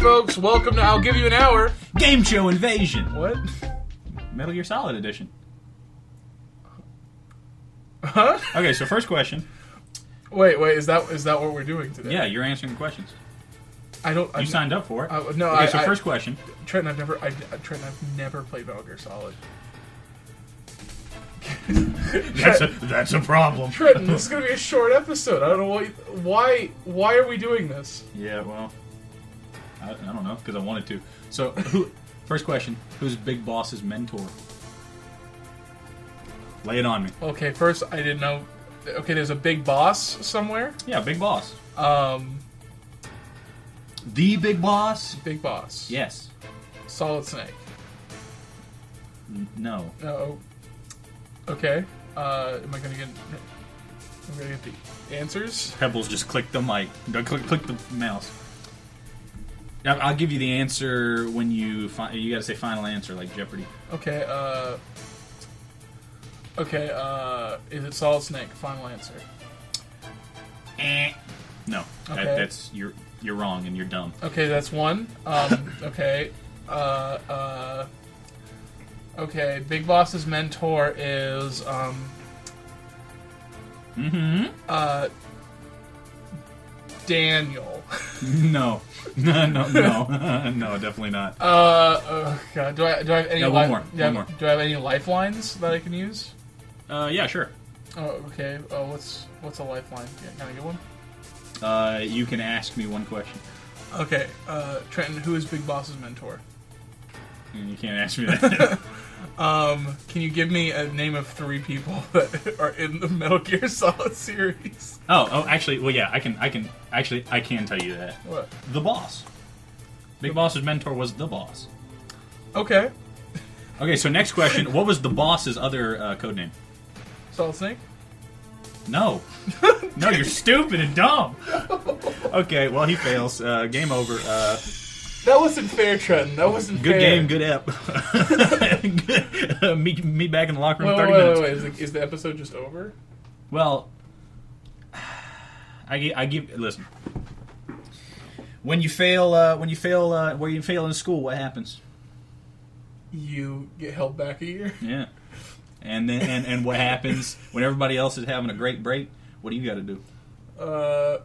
folks. Welcome to I'll Give You an Hour. Game Show Invasion. What? Metal Gear Solid Edition. Huh? Okay, so first question. Wait, wait. Is that is that what we're doing today? Yeah, you're answering the questions. I don't. You signed up for it. I, no, Okay, I, so I- first question. Trent, I've never. I, Trent, I've never played Metal Gear Solid. That's a, that's a problem. Trent, this is gonna be a short episode. I don't know what, why. Why are we doing this? Yeah, well, I, I don't know because I wanted to. So, who? First question: Who's Big Boss's mentor? Lay it on me. Okay, first I didn't know. Okay, there's a big boss somewhere. Yeah, Big Boss. Um, The Big Boss. big boss. Yes. Solid Snake. N- no. No. Okay. Uh, am I gonna get? I'm gonna get the answers. Pebbles just click the mic. Uh, Click, click the mouse. Now, I'll give you the answer when you fi- you got to say final answer like Jeopardy. Okay. Uh. Okay. Uh, is it Solid Snake? Final answer. Eh. No, Okay. that, that's you're you're wrong and you're dumb. Okay, that's one. Um, okay. Uh, uh, okay. Big Boss's mentor is. Um, Mm-hmm. uh, Daniel. No, no, no, no, no, definitely not. Uh, oh God, do I do I have any? Yeah, one li- more, Do I have, one more. do I have any lifelines that I can use? Uh, yeah, sure. Oh, okay. Oh, what's what's a lifeline? Yeah, can I get one? Uh, you can ask me one question. Okay. Uh, Trenton, who is Big Boss's mentor? And You can't ask me that. Um, can you give me a name of three people that are in the Metal Gear Solid series? oh, oh, actually, well, yeah, I can, I can, actually, I can tell you that. What? The boss, Big Boss's mentor was the boss. Okay. Okay, so next question: What was the boss's other uh, code name? Solid Snake? No, no, you're stupid and dumb. Okay, well, he fails. Uh, game over. Uh, That wasn't fair, Trenton. That wasn't good fair. game, good ep. Good- meet, meet back in the locker room. Wait, Thirty wait, wait, wait, minutes. wait. Is, the, is the episode just over? Well, I, gi- I give. Listen, when you fail, uh, when you fail, uh, when you fail in school, what happens? You get held back a year. Yeah, and then and, and what happens when everybody else is having a great break? What do you got to do? Uh,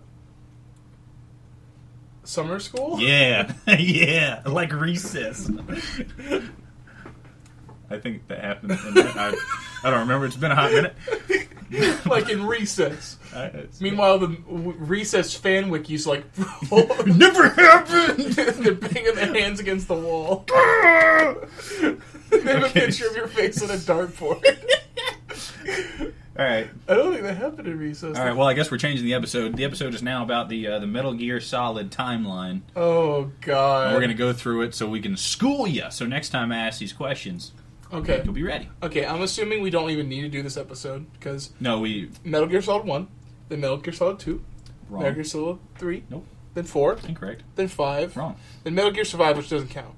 summer school. Yeah, yeah, like recess. I think that happened. And I, I don't remember. It's been a hot minute. like in recess. I- it's- Meanwhile, the w- recess fanwick used to like roll. never happened. They're banging their hands against the wall. they have a Okay. picture of your face on a dartboard. All right. I don't think that happened in recess. All right. Well, I guess we're changing the episode. The episode is now about the uh, the Metal Gear Solid timeline. Oh And god. We're gonna go through it so we can school you. So next time I ask these questions, Okay. you'll be ready. Okay. I'm assuming we don't even need to do this episode because No, we Metal Gear Solid One, then Metal Gear Solid Two, wrong. Metal Gear Solid Three, Nope. then Four, Incorrect. then Five, Wrong. then Metal Gear Survive, which doesn't count.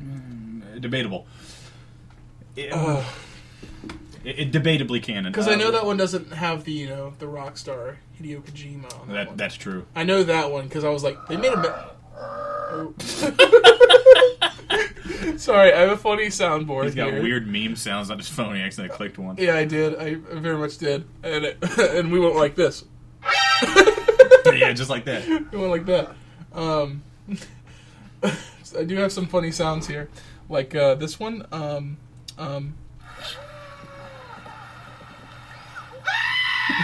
Uh, debatable. It, Ugh. it, it debatably canon. Uh. Because Uh, I know that one doesn't have the you know the rock star Hideo Kojima on that, That one. that's true. I know that one because I was like they made a. Me- Oh. Sorry, I have a funny soundboard. He's got here. weird meme sounds on his phone. He accidentally clicked one. Yeah, I did. I very much did, and it, and we went like this. yeah, just like that. We went like that. Um, so I do have some funny sounds here, like uh, this one. Um, um.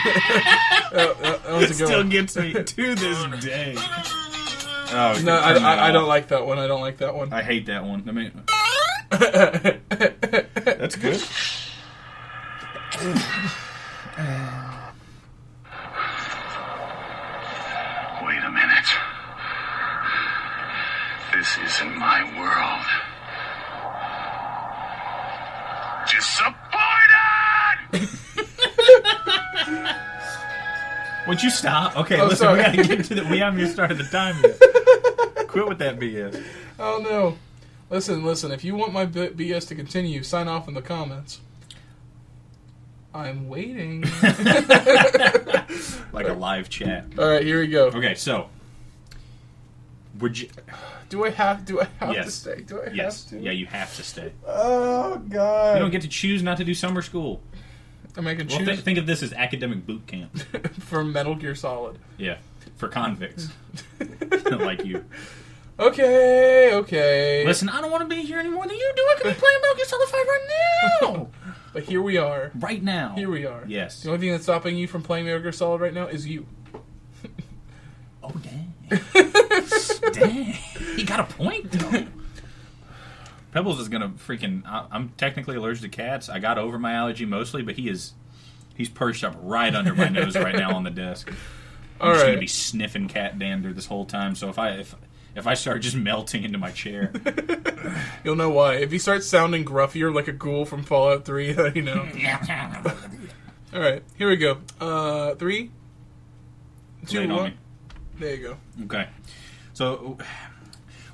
that, that- that was a It good still one. gets me to this day. Oh No, I, turn that I, I don't off. like that one. I don't like that one. I hate that one. I mean, that's good. Wait a minute. This isn't my world. Disappointed! Would you stop? Okay, Oh, listen, we sorry. gotta get to the. We haven't even started the time yet. Quit with that BS. oh no! Listen, listen. If you want my B- BS to continue, sign off in the comments. I'm waiting. Like a live chat. All right, here we go. Okay, so Would you? Do I have? Do I have to Yes. stay? Do I have yes. to? Yeah, you have to stay. Oh God! You don't get to choose not to do summer school. I'm making Well, choose thi- think of this as academic boot camp. for Metal Gear Solid. Yeah, for convicts like you. Okay, okay. Listen, I don't want to be here any more than you do. I could be playing Metal Gear Solid Five right now. But here we are. right now. Here we are. Yes. The only thing that's stopping you from playing Metal Gear Solid right now is you. Oh dang. dang. He got a point though. Pebbles is gonna freaking. I, I'm technically allergic to cats. I got over my allergy mostly, but he is. He's perched up right under my nose right now on the desk. I'm All just gonna right. be sniffing cat dander this whole time. So if I if if I start just melting into my chair, You'll know why. If he starts sounding gruffier like a ghoul from Fallout 3, then you Hmm. know. All right, here we go. Uh, three, two, Lay it on one. me. There you go. Okay. So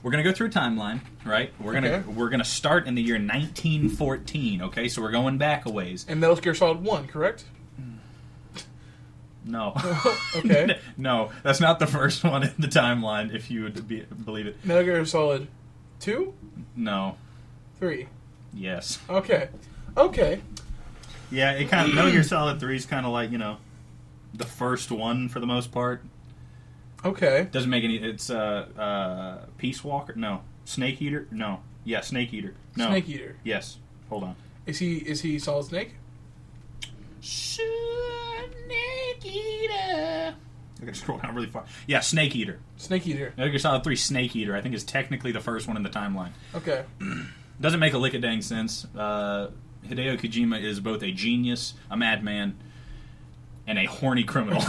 we're gonna go through a timeline, right? We're gonna Okay. we're gonna start in the year 1914. Okay, so we're going back a ways. And Metal Gear Solid 1, correct? No, Okay. no, that's not the first one in the timeline. If you would be, believe it, Metal Gear Solid 2, no, 3. yes, Okay. Okay. yeah. It kind of Metal Gear Solid Three is kind of like you know the first one for the most part. Okay. Doesn't make any. It's uh, uh Peace Walker. No, Snake Eater. No, yeah, Snake Eater. No, Snake Eater. Yes. Hold on. Is he is he Solid Snake? Snake Eater. I gotta scroll down really far. Yeah, Snake Eater. Snake Eater. Metal Gear Solid 3 Snake Eater, I think, is technically the first one in the timeline. Okay. Doesn't make a lick of dang sense. Uh, Hideo Kojima is both a genius, a madman, and a horny criminal.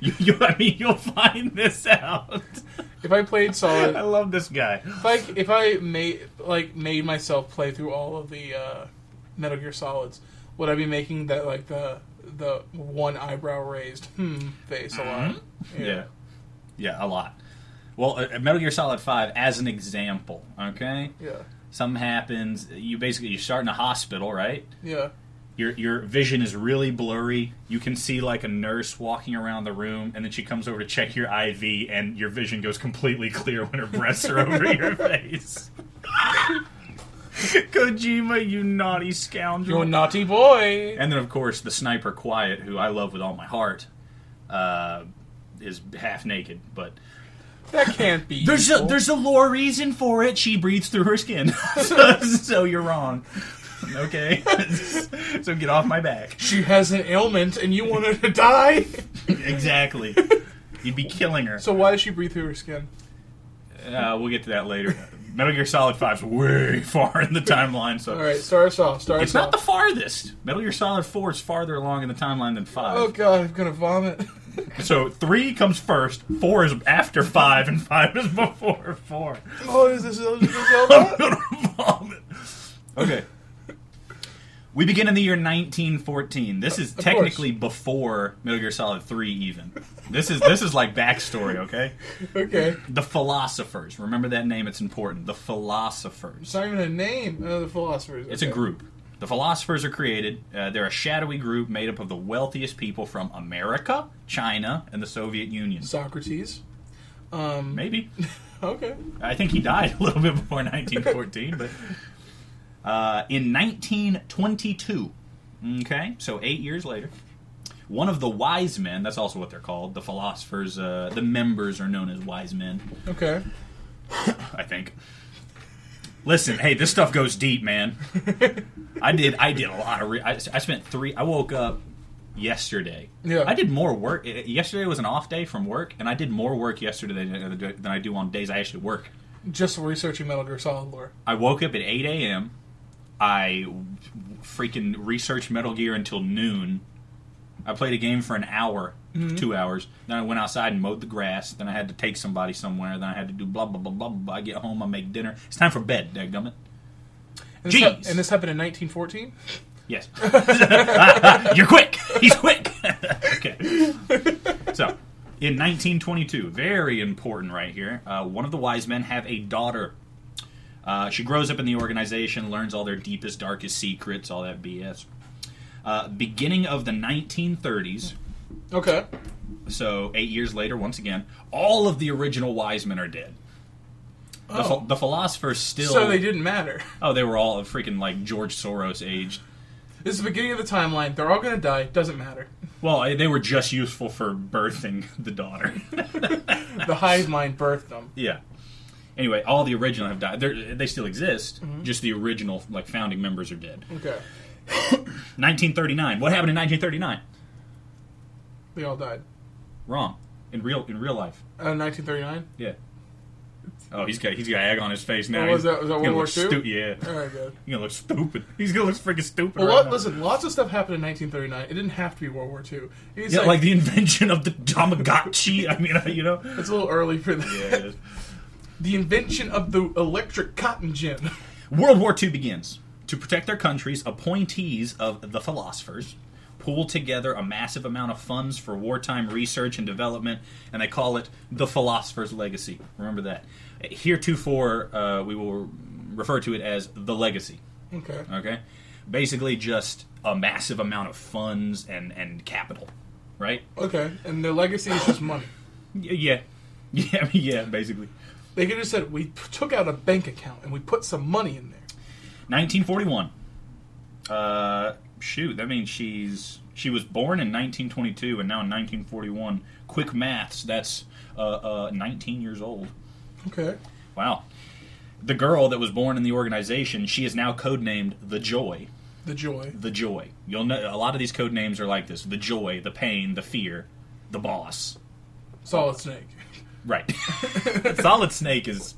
you, you, I mean, you'll find this out. If I played Solid, I love this guy. if I if I made like made myself play through all of the uh, Metal Gear Solids, would I be making that like the the one eyebrow raised hmm face a lot? Yeah. Yeah, a lot. Well, uh, Metal Gear Solid 5 as an example, okay? Yeah. Something happens, you basically you start in a hospital, right? Yeah. your your vision is really blurry. You can see like a nurse walking around the room, and then she comes over to check your IV, and your vision goes completely clear when her breasts are over your face. Kojima, you naughty You're scoundrel! a naughty boy. and then, of course, the sniper Quiet, who I love with all my heart, uh, is half naked. But that can't be. there's a evil. there's a lore reason for it. She breathes through her skin, so, so you're wrong. Okay, so get off my back. she has an ailment and you want her to die. Exactly. You'd be killing her. So why does she breathe through her skin? Uh, we'll get to that later. Metal Gear Solid 5's way far in the timeline, so All right, start us off. Start it's us not the off. farthest. Metal Gear Solid 4 is farther along in the timeline than 5. oh god, I'm gonna vomit. So 3 comes first, 4 is after 5, and 5 is before 4. oh, is this Zelda? I'm gonna vomit. Okay. We begin in the year 1914. This is course. technically before Metal Gear Solid 3 even. This is this is like backstory, okay? okay. The Philosophers. Remember that name, it's important. The Philosophers. It's not even a name. Oh, the philosophers. It's a okay. group. The Philosophers are created. Uh, they're a shadowy group made up of the wealthiest people from America, China, and the Soviet Union. Socrates. Um. Maybe. Okay. I think he died a little bit before 1914, but. Uh, in 1922, okay, so eight years later, one of the wise men, that's also what they're called, the philosophers, uh, the members are known as wise men. Okay. I think. Listen, hey, this stuff goes deep, man. I did. I did a lot of. Re- I, I spent three. I woke up yesterday. Yeah. I did more work. eh, Yesterday was an off day from work, and I did more work yesterday than, than I do on days I actually work. Just researching Metal Gear Solid lore. I woke up at 8 a.m. I w- freaking researched Metal Gear until noon. I played a game for an hour, two hours. Then I went outside and mowed the grass. Then I had to take somebody somewhere. Then I had to do blah, blah, blah, blah, blah. I get home, I make dinner. It's time for bed, dadgummit. And this, hap- Jeez. and this happened in 1914. Yes. You're quick. He's quick. okay. So, in 1922, very important right here, uh, one of the wise men have a daughter. Uh, she grows up in the organization, learns all their deepest, darkest secrets, all that BS. Uh, beginning of the 1930s, Okay. So eight years later, once again, all of the original wise men are dead. The, ph- the philosophers still. Oh. So they didn't matter. Oh, they were all of freaking like George Soros aged. This is the beginning of the timeline. They're all gonna die. Doesn't matter. Well, eh, they were just useful for birthing the daughter. The hive mind birthed them. yeah. Anyway, all the original have died. They're, they still exist. Mm-hmm. Just the original like founding members are dead. Okay, 1939. What happened in 1939? they all died. Wrong. In real in real life. Uh, 1939. Yeah. Oh, he's got he's got egg on his face now. Oh, was He's- that- was that he's World gonna War look II? stu- yeah. All right, good. He's gonna look stupid. He's gonna look freaking stupid. Well, right lot, now. listen, lots of stuff happened in 1939. It didn't have to be World War II. It's, Yeah, like, like, the invention of the Tamagotchi. I mean, you know. it's a little early for that. Yeah. The invention of the electric cotton gin. World War II begins. To protect their countries, appointees of the philosophers pool together a massive amount of funds for wartime research and development, and they call it the philosopher's legacy. Remember that. Heretofore, uh, we will refer to it as the legacy. Okay. Okay? Basically, just a massive amount of funds and, and capital, right? Okay. And their legacy is just money. Y- yeah. Yeah, yeah, basically. They could have said, we p- took out a bank account and we put some money in there. 1941. Uh, shoot, that means she's she was born in 1922 and now in 1941. Quick maths, that's uh, uh, 19 years old. Okay. Wow. The girl that was born in the organization, she is now codenamed the Joy. The joy. The Joy. You'll know a lot of these code names are like this: the Joy, the Pain, the Fear, the Boss. Solid snake. Right. Solid Snake is.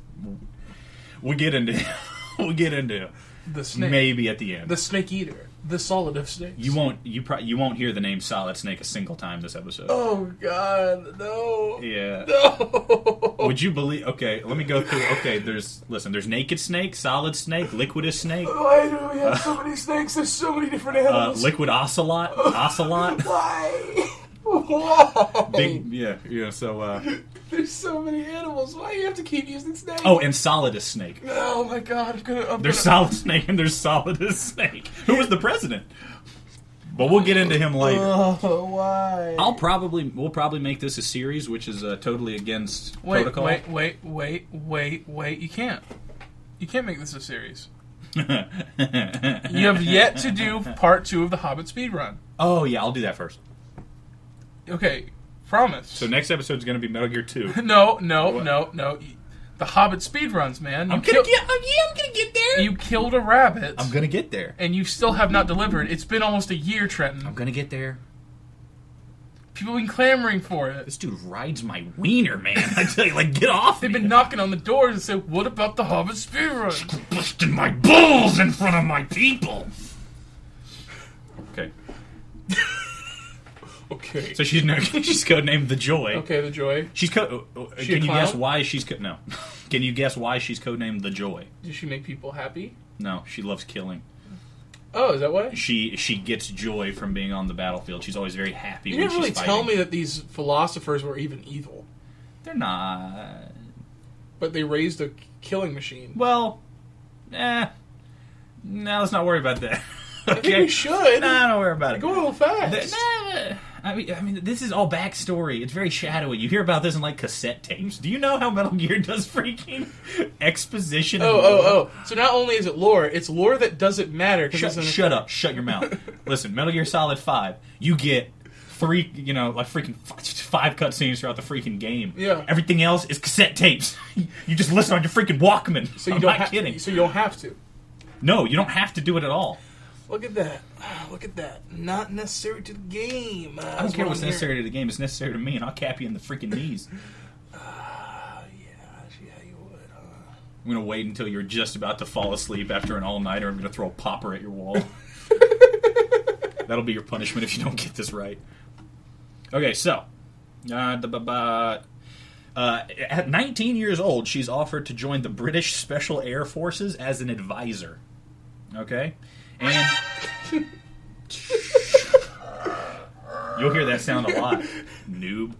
We'll get into. we'll get into. The snake. Maybe at the end. The snake eater. The solid of snakes. You won't you pro- you won't hear the name Solid Snake a single time this episode. Oh, God. No. Yeah. No. Would you believe? Okay, let me go through. Okay, there's listen. There's naked snake, solid snake, liquidus snake, Why do we have so many snakes? There's so many different uh, animals. liquid ocelot, ocelot. Why? Why? Big, yeah, yeah. So, uh, There's so many animals. Why do you have to keep using snakes? oh, and solidus snake. Oh my god, I'm gonna. I'm There's gonna, solid snake and there's solidus snake. Who was the president? But we'll get into him later. Oh, why? I'll probably we'll probably make this a series, which is uh, totally against wait, protocol. wait, wait, wait, wait, wait. You can't. You can't make this a series. You have yet to do part two of the Hobbit speed run. oh yeah, I'll do that first. Okay, promise. So next episode's going to be Metal Gear Two. no, no, no, no. The Hobbit speed runs, man. You I'm gonna kill- get. Oh, yeah, I'm gonna get there. You killed a rabbit, I'm gonna get there. and you still have not delivered. It's been almost a year, Trenton. I'm gonna get there. People have been clamoring for it. This dude rides my wiener, man. I tell you, like, get off They've me. been knocking on the doors and said, "What about the Hobbit speed run?" busting my balls in front of my people. Okay, Okay. so she's no, she's codenamed the Joy. Okay, the joy. She's co- uh, uh, She a Can you clown? guess why she's co- no? Can you guess why she's codenamed the Joy? Does she make people happy? No, she loves killing. Oh, is that why? She she gets joy from being on the battlefield. She's always very happy. You when didn't really she's tell me fighting. that these philosophers were even evil, they're not. but they raised a killing machine. Well, eh. No, let's not worry about that. I think okay. we should. Nah, don't worry about it. Go a little fast. Th- nah, I mean, I mean, this is all backstory. It's very shadowy. You hear about this in like cassette tapes. Do you know how Metal Gear does freaking exposition? Oh, oh, oh. So not only is it lore, it's lore that doesn't matter. 'cause Shut, it's an- shut up! Shut your mouth. Listen, Metal Gear Solid Five. You get three, you know, like freaking f- five cutscenes throughout the freaking game. Yeah. Everything else is cassette tapes. you just listen on your freaking Walkman. So you I'm don't not ha- kidding. So you don't have to. No, you don't have to do it at all. Look at that. Ah, Look at that. Not necessary to the game. Ah, I don't that's care what what's I'm necessary hearing. to the game. It's necessary to me, and I'll cap you in the freaking knees. Ah, yeah, you would, huh? I'm gonna wait until you're just about to fall asleep after an all-nighter. I'm gonna throw a popper at your wall. That'll be your punishment if you don't get this right. Okay, so, uh, da- ba- ba- uh, at 19 years old, she's offered to join the British Special Air Forces as an advisor. Okay, and you'll hear that sound a lot, noob.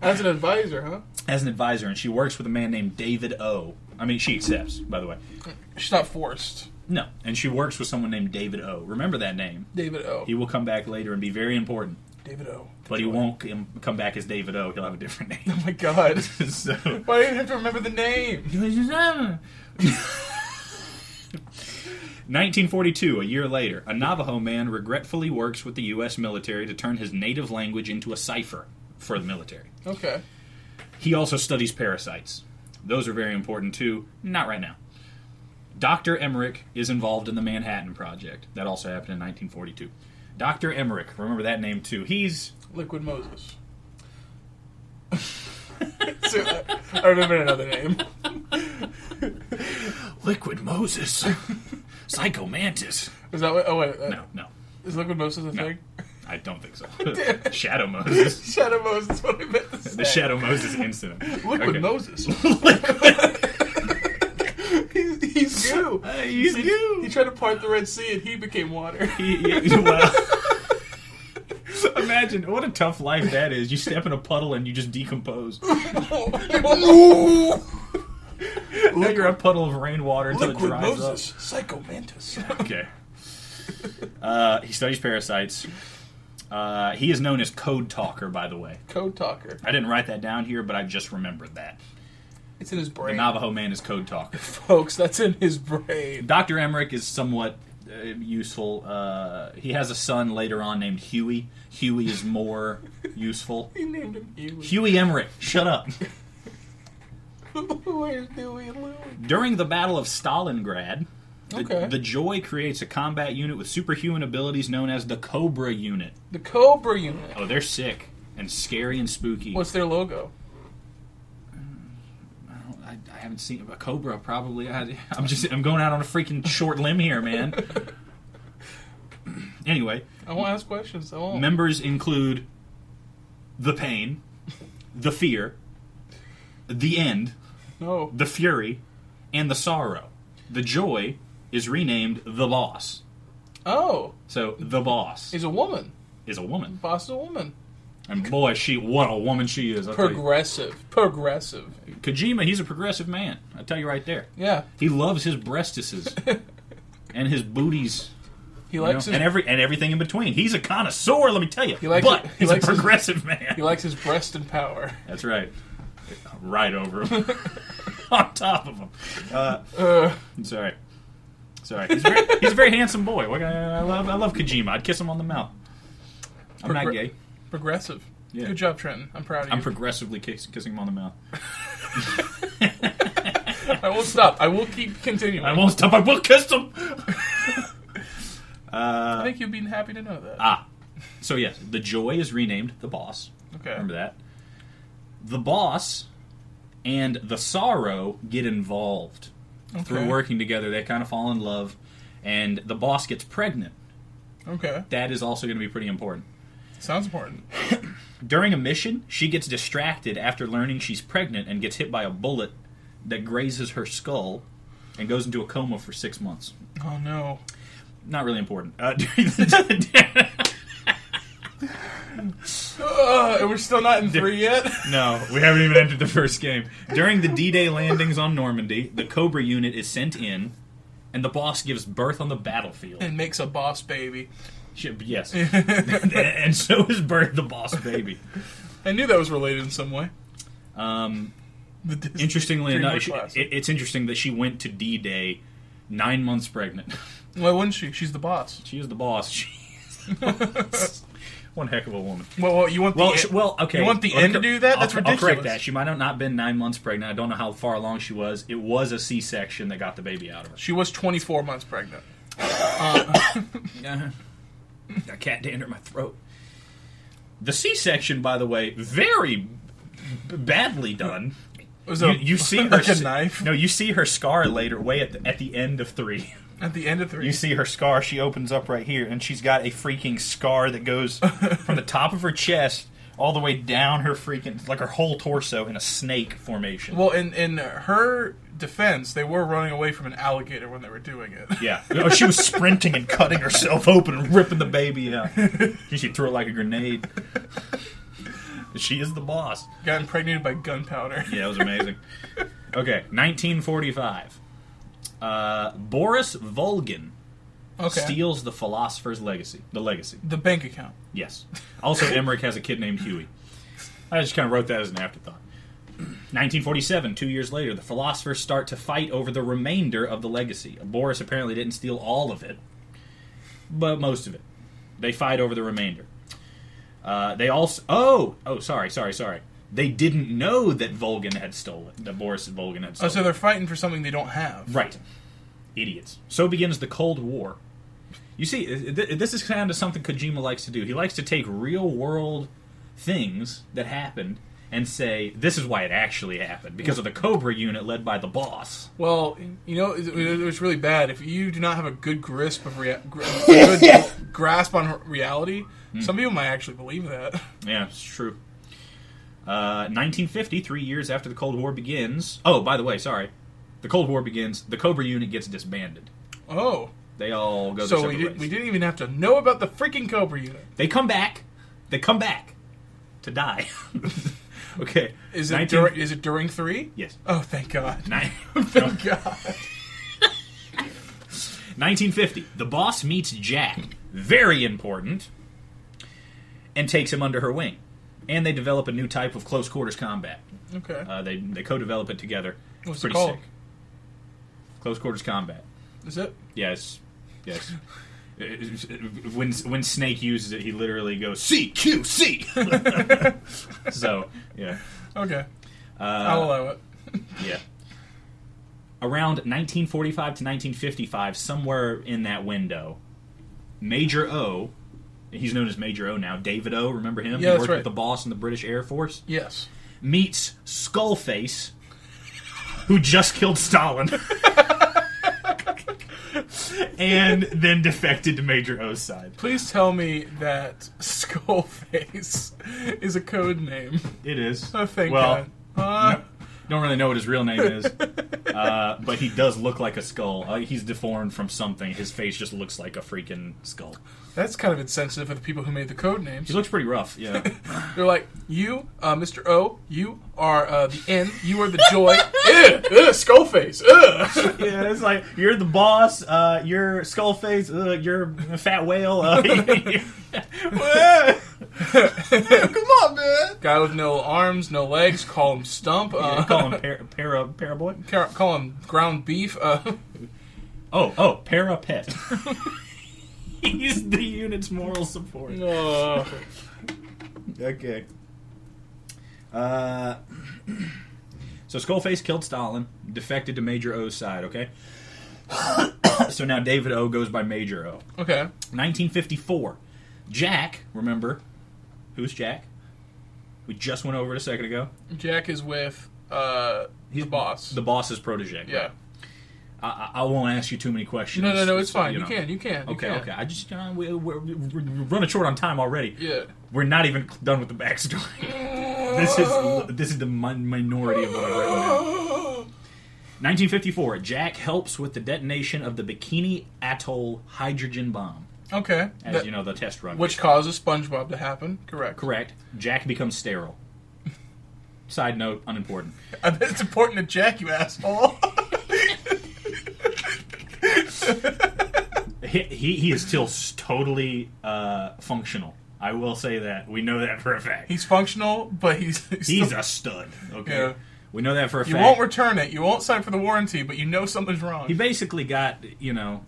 As an advisor, huh? as an advisor, and she works with a man named David O. I mean, she accepts, by the way. She's not forced. No, and she works with someone named David O. Remember that name. David O. He will come back later and be very important, David O. but he won't come- come back as David O. He'll have a different name. Oh my god. so Why do you have to remember the name? 1942, a year later, a Navajo man regretfully works with the U.S. military to turn his native language into a cipher for the military. Okay. He also studies parasites. Those are very important too. Not right now. Dr. Emmerich is involved in the Manhattan Project. That also happened in 1942. Dr. Emmerich, remember that name too. He's Liquid Moses. So, I- I remember another name. Liquid Moses, Psycho Mantis. Is that what? Oh wait, uh, No, no, is Liquid Moses a thing? I don't think so. it. Shadow Moses. Shadow Moses. is What I meant to say. The Shadow Moses incident. Liquid Okay. Moses. he's, he's goo. Uh, he's he, goo. He tried to part the Red Sea and he became water. Yeah, yeah, well, imagine what a tough life that is. You step in a puddle and you just decompose. Oh, no. Now you're a puddle of rainwater until it Liquid dries Moses. Psycho Mantis. up. Okay. Uh, he studies parasites. Uh, he is known as Code Talker, by the way. Code talker. I didn't write that down here, but I just remembered that. It's in his The brain. Navajo man is Code Talker. Folks, that's in his brain. Dr. Emmerich is somewhat uh, useful. Uh, he has a son later on named Huey. Huey is more useful. He named him Huey. Huey Emmerich, shut up. Where's Dewey and Louie? During the Battle of Stalingrad, the, Okay. the Joy creates a combat unit with superhuman abilities known as the Cobra Unit. The Cobra Unit. Oh, they're sick and scary and spooky. What's their logo? I, I haven't seen a cobra. Probably. I, I'm just. I'm going out on a freaking short limb here, man. anyway, I won't ask questions. I won't. members include the pain, the fear, the end, no. the fury, and the sorrow. The joy is renamed the boss. Oh, So the boss he's a woman. is a woman, Boss is a woman. and boy, she what a woman she is. I'll tell you. Progressive. Progressive. Kojima, he's a progressive man. I tell you right there. Yeah. He loves his breastises and his booties. He you likes know, his and every and everything in between. He's a connoisseur, let me tell you. likes but it- he he's likes a his- progressive man. he likes his breast and power. That's right. Right over him, on top of him. Uh, Uh, I'm sorry, sorry. He's, very, he's a very handsome boy. What can I, I love I love Kojima. I'd kiss him on the mouth. I'm not Progr- gay. progressive. Yeah. Good job, Trenton. I'm proud of you. I'm progressively kiss, kissing him on the mouth. I won't stop. I will keep continuing. I won't stop. I will kiss them. I think you'd be happy to know that. Ah, so yes, the joy is renamed the boss. okay. Remember that. The boss and the sorrow get involved through Okay. working together. They kind of fall in love, and the boss gets pregnant. Okay. That is also going to be pretty important. Sounds important. During a mission, she gets distracted after learning she's pregnant and gets hit by a bullet that grazes her skull and goes into a coma for six months. Oh no. Not really important. Uh, during the Uh, and we're still not in three yet. No, we haven't even entered the first game. During the D Day landings on Normandy, the Cobra unit is sent in, and the boss gives birth on the battlefield. and makes a boss baby. Shit, Yes. and so is Birth the boss baby. I knew that was related in some way. Um, The Disney interestingly Dreamer enough, she- classic. it, it's interesting that she went to D Day nine months pregnant. Why wouldn't she? She's the boss. She is the boss. She is the boss. One heck of a woman. Well, well you want the Well, end- sh well, okay. You want the I'll end cor- to do that? That's I'll, ridiculous. I'll correct that. She might have not been nine months pregnant. I don't know how far along she was. It was a C-section that got the baby out of her. She was 24 months pregnant. Uh, got cat dander in my throat. The C-section, by the way, very b- badly done. Was You, a- you see her like a s- knife No, you see her scar later, way at the, at the end of three. at the end of three. You see her scar. She opens up right here, and she's got a freaking scar that goes from the top of her chest all the way down her freaking like her whole torso in a snake formation. well, in in her defense, they were running away from an alligator when they were doing it. yeah, oh, she was sprinting and cutting herself open and ripping the baby out. She threw it like a grenade. she is the boss. Got impregnated by gunpowder. Yeah, it was amazing. okay, 1945. Uh, Boris Volgin Okay. steals the philosopher's legacy. The legacy. The bank account. Yes. Also, Emmerich has a kid named Huey. I just kind of wrote that as an afterthought. 1947, two years later, the philosophers start to fight over the remainder of the legacy. Boris apparently didn't steal all of it, but most of it. They fight over the remainder. Uh, they also. Oh! Oh, sorry, sorry, sorry. They didn't know that Volgin had stolen. That Boris Volgin had Oh, stolen. so they're fighting for something they don't have. Right. Idiots. So begins the Cold War. You see, th- th- this is kind of something Kojima likes to do. He likes to take real world things that happened and say, this is why it actually happened because of the Cobra unit led by the boss. Well, you know, it, it- it's really bad if you do not have a good grasp of rea- gr- good grasp on reality. Hmm. Some people might actually believe that. Yeah, it's true. Uh, 1950, three years after the Cold War begins. Oh, by the way, sorry. The Cold War begins, the Cobra unit gets disbanded. Oh, They all go their so separate we, did, ways. we didn't even have to know about the freaking Cobra unit. They come back. They come back to die. okay. Is it 19 dur- is it during three? Yes. Oh, thank God. Ni- Thank God. 1950. The boss meets Jack. Very important. And takes him under her wing. And they develop a new type of close quarters combat. Okay. Uh, they they co-develop it together. What's it Pretty called? sick. Close quarters combat. Is it? Yes. Yes. Uh, when when Snake uses it, he literally goes CQC. so yeah. Okay. Uh, I'll allow it. Yeah. Around 1945 to 1955, somewhere in that window, Major O, he's known as Major O now, David O, remember him? Yeah, he that's worked right. with the boss in the British Air Force, Yes. meets Skullface, who just killed Stalin. and then defected to Major O's side. Please tell me that Skullface is a code name. It is. Oh, thank well, God. Ah. don't really know what his real name is, uh, but he does look like a skull. Uh, he's deformed from something. His face just looks like a freaking skull. That's kind of insensitive for the people who made the code names. He looks pretty rough. Yeah, They're like, you, uh, Mr. O, you are uh, the N, you are the joy. Ugh, ugh, Skullface, ugh. yeah. It's like you're the boss. Uh, you're skull face. Uh, you're a fat whale. Uh, Come on, man. Guy with no arms, no legs, call him Stump, uh, call him para, para paraboy. ca- call him Ground Beef. Uh, Oh, oh, parapet. He's the unit's moral support. uh, Okay. Uh, so Skullface killed Stalin, defected to Major O's side, okay? so now David O goes by Major O. okay. 1954. Jack, remember? Who's Jack? We just went over it a second ago. Jack is with uh, the boss. The boss's protege. yeah. I, I I won't ask you too many questions. No, no, no, it's so, fine. You, know. can, you can. you Okay, can. okay. I just, uh, we, we're, we're running short on time already. Yeah. We're not even done with the backstory. this is this is the min- minority of what I've written down. 1954. Jack helps with the detonation of the Bikini Atoll hydrogen bomb, Okay. as That- you know, the test run. which causes SpongeBob to happen. Correct. correct? Jack becomes sterile. Side note, unimportant. I bet it's important to Jack, you asshole. He he, he is still s- totally uh, functional. I will say that we know that for a fact. he's functional, but he's he's, He's still- a stud. Okay, Yeah. we know that for a you fact. won't return it. You won't sign for the warranty, but you know something's wrong. He basically got, you know,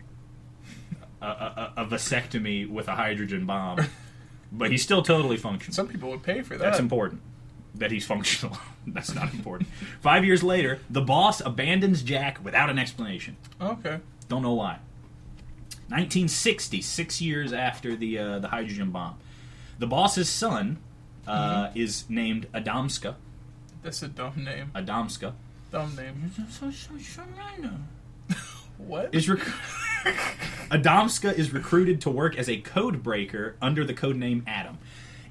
a, a, a vasectomy with a hydrogen bomb, but he's still totally functional. Some people would pay for that. That's important. That he's functional. That's not important. Five years later, the boss abandons Jack without an explanation. Okay. Don't know why. 1960, six years after the uh, the hydrogen bomb, the boss's son uh, is named Adamska. That's a dumb name. Adamska Dumb name. What? is rec- Adamska is recruited to work as a code breaker under the code name Adam.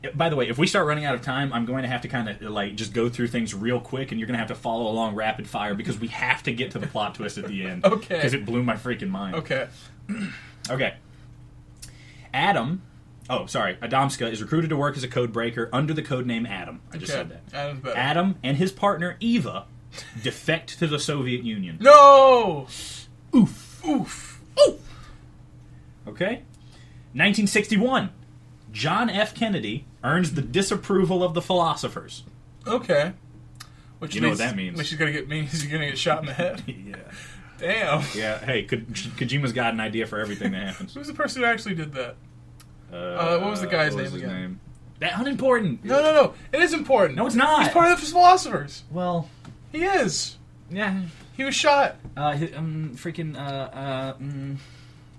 Uh, By the way, if we start running out of time, I'm going to have to kind of like just go through things real quick, and you're going to have to follow along rapid fire because we have to get to the plot twist at the end. Okay. Because it blew my freaking mind. Okay. Okay. Adam Oh, sorry. Adamska is recruited to work as a code breaker under the code name Adam. I just Okay. said that. Adam's better. Adam and his partner Eva defect to the Soviet Union. No. Oof. Oof. Okay. 1961. John F. Kennedy earns the disapproval of the philosophers. Okay. Which You know what that means. Which is gonna get means he's gonna get shot in the head. Yeah. Damn. Yeah. Hey, Ko- Kojima's got an idea for everything that happens. Who's the person who actually did that? Uh, what was the guy's what name his again? name? That unimportant. No, no, no. It is important. No, it's not. He's part of the philosophers. well, He is. yeah. He was shot. Uh, hi- um, freaking. Uh, uh, mm,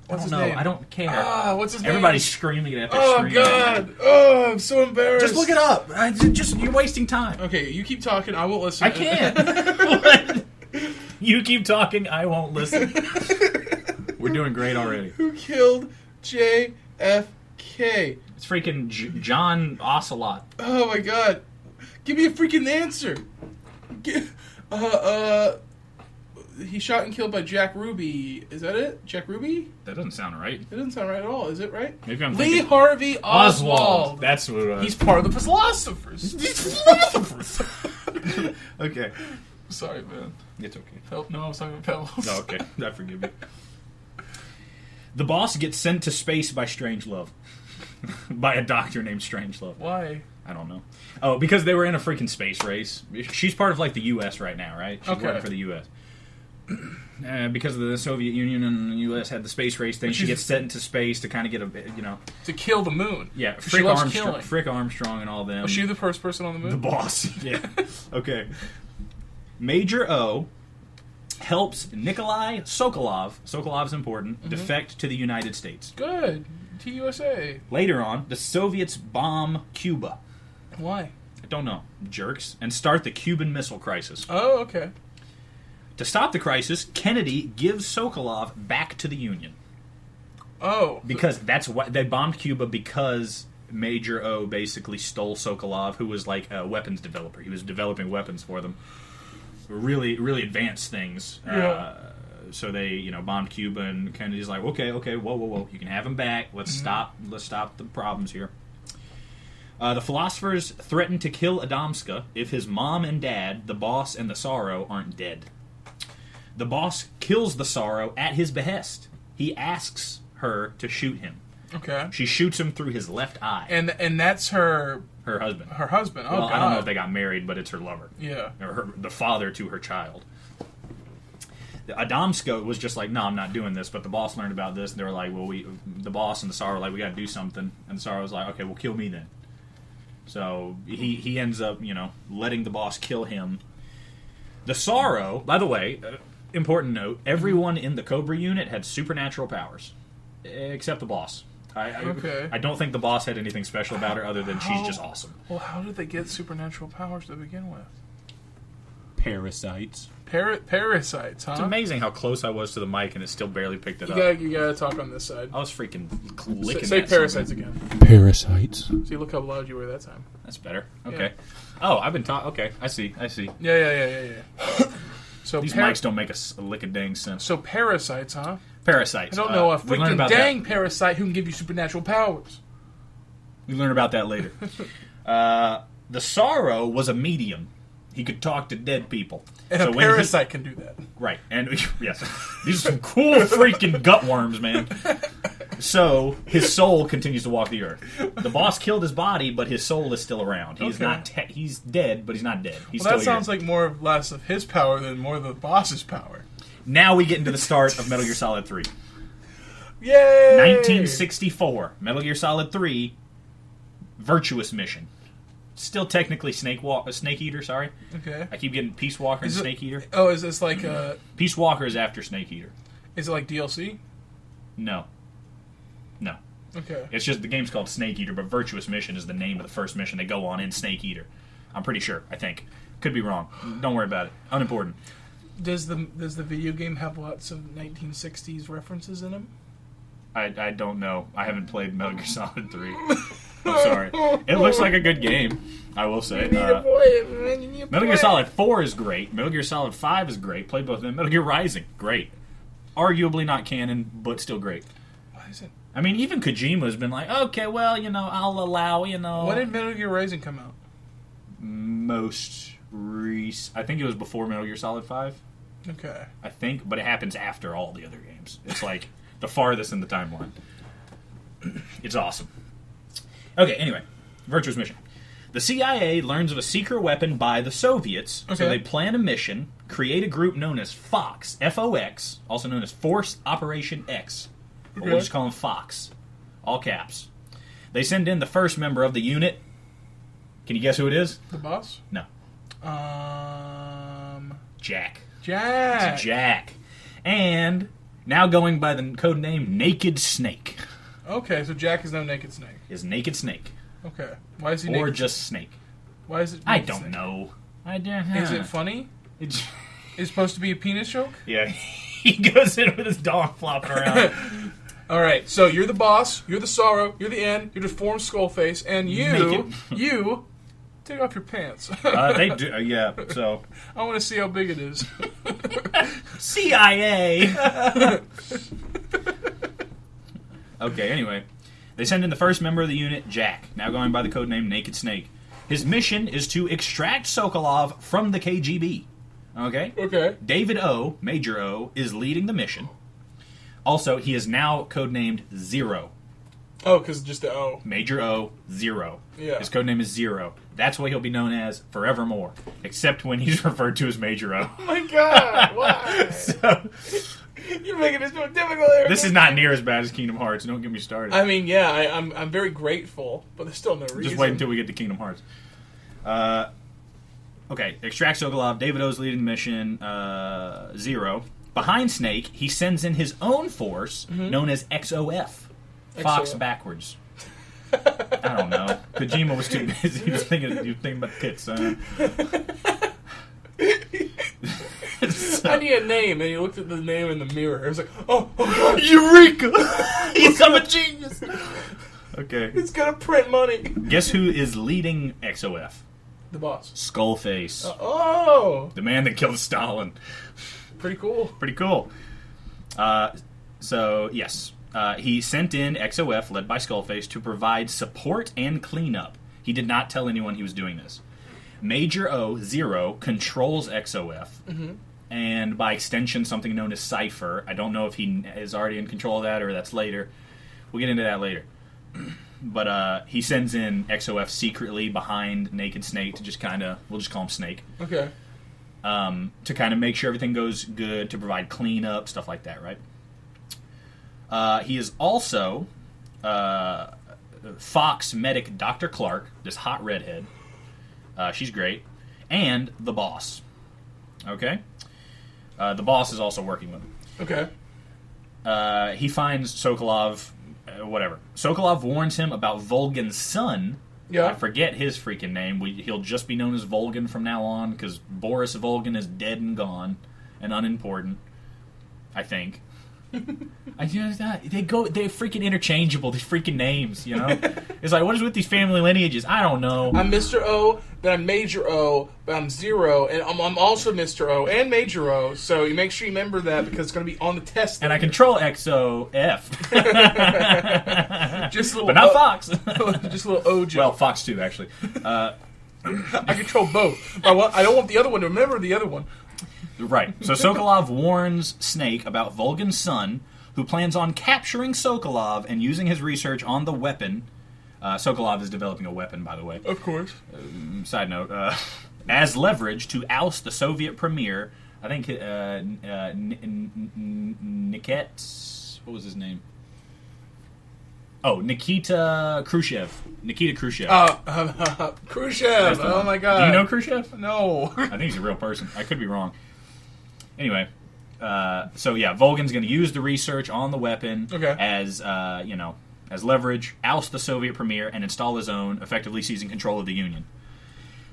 What's I his don't know. name? I don't care. Ah, what's his name? Everybody's screaming at their Oh screen. God. Oh, I'm so embarrassed. Just look it up. I, just you're wasting time. Okay, you keep talking. I won't listen. I can't. you keep talking, I won't listen. We're doing great already. Who killed JFK? It's freaking J- John Ocelot. Oh my god. Give me a freaking answer. Gi- uh, uh, he shot and killed by Jack Ruby. Is that it? Jack Ruby? That doesn't sound right. That doesn't sound right at all. Is it right? Maybe I'm Lee thinking- Harvey Oswald. Oswald. That's what it was. He's part of the philosophers. okay. Sorry, man. It's okay. Help! No, I was talking about Pebbles. No, okay. I forgive you. The boss gets sent to space by Strangelove. by a doctor named Strangelove. Why? I don't know. Oh, because they were in a freaking space race. She's part of like the U.S. right now, right? She's Okay. working for the U.S. Uh, because of the Soviet Union and the U.S. had the space race thing, she she's- gets sent into space to kind of get a bit, you know, To kill the moon. yeah, She Frick loves Armstrong, killing. Frick Armstrong, and all them. Was she the first person on the moon? the boss. yeah. okay. Major O helps Nikolai Sokolov. Sokolov's important. Mm-hmm. Defect to the United States. Good. TUSA. Later on, the Soviets bomb Cuba. Why? I don't know, jerks, and start the Cuban Missile Crisis. Oh, okay. To stop the crisis, Kennedy gives Sokolov back to the Union Oh. because that's why they bombed Cuba because Major O basically stole Sokolov, who was like a weapons developer. He was developing weapons for them, really, really advanced things. Yeah. Uh, so they, you know, bombed Cuba, and Kennedy's like, okay, okay, whoa, whoa, whoa, you can have him back. Let's Mm-hmm. stop, let's stop the problems here. Uh, the philosophers threatened to kill Adamska if his mom and dad, the boss and the sorrow, aren't dead. The boss kills the sorrow at his behest. He asks her to shoot him. okay. She shoots him through his left eye. And and that's her her husband. her husband. Oh well, God. I don't know if they got married, but it's her lover. Yeah. Or her, the father to her child. Adamsko was just like, no, I'm not doing this. But the boss learned about this, and they were like, well, we, the boss and the Tsar were like, we got to do something. And the Tsar was like, okay, well, kill me then. So he, he ends up, you know, letting the boss kill him. The Sorrow, by the way, uh, important note everyone in the Cobra unit had supernatural powers, except the boss. I, I, Okay. I don't think the boss had anything special about her other than she's How- just awesome. Well, how did they get supernatural powers to begin with? Parasites. Para- parasites, huh? It's amazing how close I was to the mic and it still barely picked it You up. gotta, you gotta talk on this side. I was freaking Say- licking. say that parasites something. again. Parasites. See, look how loud you were that time. That's better. Okay. Oh, I've been talking. Okay, I see. I see. Yeah, yeah, yeah, yeah, yeah. So, These par- mics don't make a, s- a lick of dang sense. so parasites, huh? I Parasites. don't Uh, know a we learn freaking about dang That. parasite who can give you supernatural powers. We learn about that later. uh, the sorrow was a medium. He could talk to dead people. And a when he- parasite can do that. Right. And yes, these are some cool freaking gut worms, man. So his soul continues to walk the earth. The boss killed his body, but his soul is still around. He's Okay. not. Te- he's dead, but he's not dead. He's Well, that still sounds here. like more of less of his power than more of the boss's power. Now we get into the start of Metal Gear Solid Three. Yay! 1964, Metal Gear Solid 3, Virtuous Mission. Still technically Snake Walk, uh, Snake Eater. Sorry, Okay. I keep getting Peace Walker and Is it- Snake Eater. Oh, is this like uh Peace Walker is after Snake Eater. is it like DLC? No, no, Okay. it's just the game's called Snake Eater, but Virtuous Mission is the name of the first mission they go on in Snake Eater. I'm pretty sure. I think could be wrong. Don't worry about it. Unimportant. Does the does the video game have lots of 1960s references in them? I, I don't know. I haven't played Metal Gear Solid 3. I'm sorry. It looks like a good game, I will say. Uh, Metal Gear Solid 4 is great. Metal Gear Solid 5 is great. Played both of them. Metal Gear Rising, great. Arguably not canon, but still great. Why is it? I mean, even Kojima's been like, okay, well, you know, I'll allow, you know. When did Metal Gear Rising come out? most recent? I think it was before Metal Gear Solid Five. Okay. I think, but it happens after all the other games. It's like the farthest in the timeline. It's awesome. Okay, anyway, Virtuous Mission. The CIA learns of a secret weapon by the Soviets, so Okay. they plan a mission, create a group known as FOX, F O X, also known as Force Operation X. Or We'll Okay. just call him Fox, all caps. They send in the first member of the unit. Can you guess who it is? The boss? No, Um. Jack. Jack. Jack. And now going by the code name Naked Snake. Okay, so Jack is no naked snake. Is Naked Snake. Okay. Why is he Or naked? just Snake. Why is it? I naked don't snake? know. I don't know. Is it funny? It's- Is it supposed to be a penis joke? yeah. He goes in with his dog flopping around. All right. So you're the boss. You're the sorrow. You're the end. You're deformed skull face, and you, Naked. you, take off your pants. uh, they do, uh, yeah, so. I want to see how big it is. CIA! okay, anyway. They send in the first member of the unit, Jack, now going by the code name Naked Snake. His mission is to extract Sokolov from the KGB. Okay? okay. David O, Major O, is leading the mission. Also, he is now codenamed Zero. Oh, because just the O. Major O, Zero. Yeah. His codename is Zero. That's what he'll be known as forevermore, except when he's referred to as Major O. Oh my God! Why? so, You're making this more difficult. Eric. this is not near as bad as Kingdom Hearts. Don't get me started. I mean, yeah, I, I'm I'm very grateful, but there's still no reason. Just wait until we get to Kingdom Hearts. Uh, okay, extract Sokolov. David O's leading the mission. Uh, Zero. Behind Snake, he sends in his own force, known as XOF. Fox XOF. backwards. I don't know. Kojima was too busy. He was thinking, he was thinking about tits. Uh. I so, need a name, and he looked at the name in the mirror. It was like, oh, oh God, Eureka! He's I'm a genius! Okay. it's gonna print money. Guess who is leading XOF? The boss. Skullface. Uh, Oh, The man that killed Stalin. pretty cool. pretty cool. Uh, so yes, uh, he sent in XOF led by Skullface to provide support and cleanup. He did not tell anyone he was doing this. Major O Zero controls XOF, and by extension, something known as Cipher. I don't know if he is already in control of that or that's later. We'll get into that later. But uh, he sends in XOF secretly behind Naked Snake to just kind of, we'll just call him Snake Okay. um, to kind of make sure everything goes good, to provide cleanup, stuff like that, right? Uh, he is also uh, Fox medic Dr. Clark, this hot redhead. Uh, she's great. And the boss. Okay? Uh, the boss is also working with him Okay. uh, he finds Sokolov, uh, whatever. Sokolov warns him about Volgan's son. Yeah. I forget his freaking name. We, he'll just be known as Volgan from now on because Boris Volgan is dead and gone and unimportant. I think. I just uh, they go they're freaking interchangeable. These freaking names, you know. it's like what is with these family lineages? I don't know. I'm Mr. O, then I'm Major O, but I'm Zero, and I'm, I'm also Mr. O and Major O. So you make sure you remember that because it's gonna be on the test. and I control XOF, just a little, but not O- Fox. just a little O joke. well, Fox too, actually. I control both. I, want, I don't want the other one to remember the other one. Right. So Sokolov warns Snake about Volgan's son, who plans on capturing Sokolov and using his research on the weapon. Uh, Sokolov is developing a weapon, by the way. Of course. Side note, uh, as leverage to oust the Soviet premier. I think uh, n- uh, N- N- N- Niket. What was his name? Oh, Nikita Khrushchev. Nikita Khrushchev. Uh, Khrushchev. That's the Oh one. my God. Do you know Khrushchev? No. I think he's a real person. I could be wrong. Anyway, uh, so yeah, Volgan's going to use the research on the weapon Okay. as uh, you know as leverage, oust the Soviet premier, and install his own, effectively seizing control of the Union.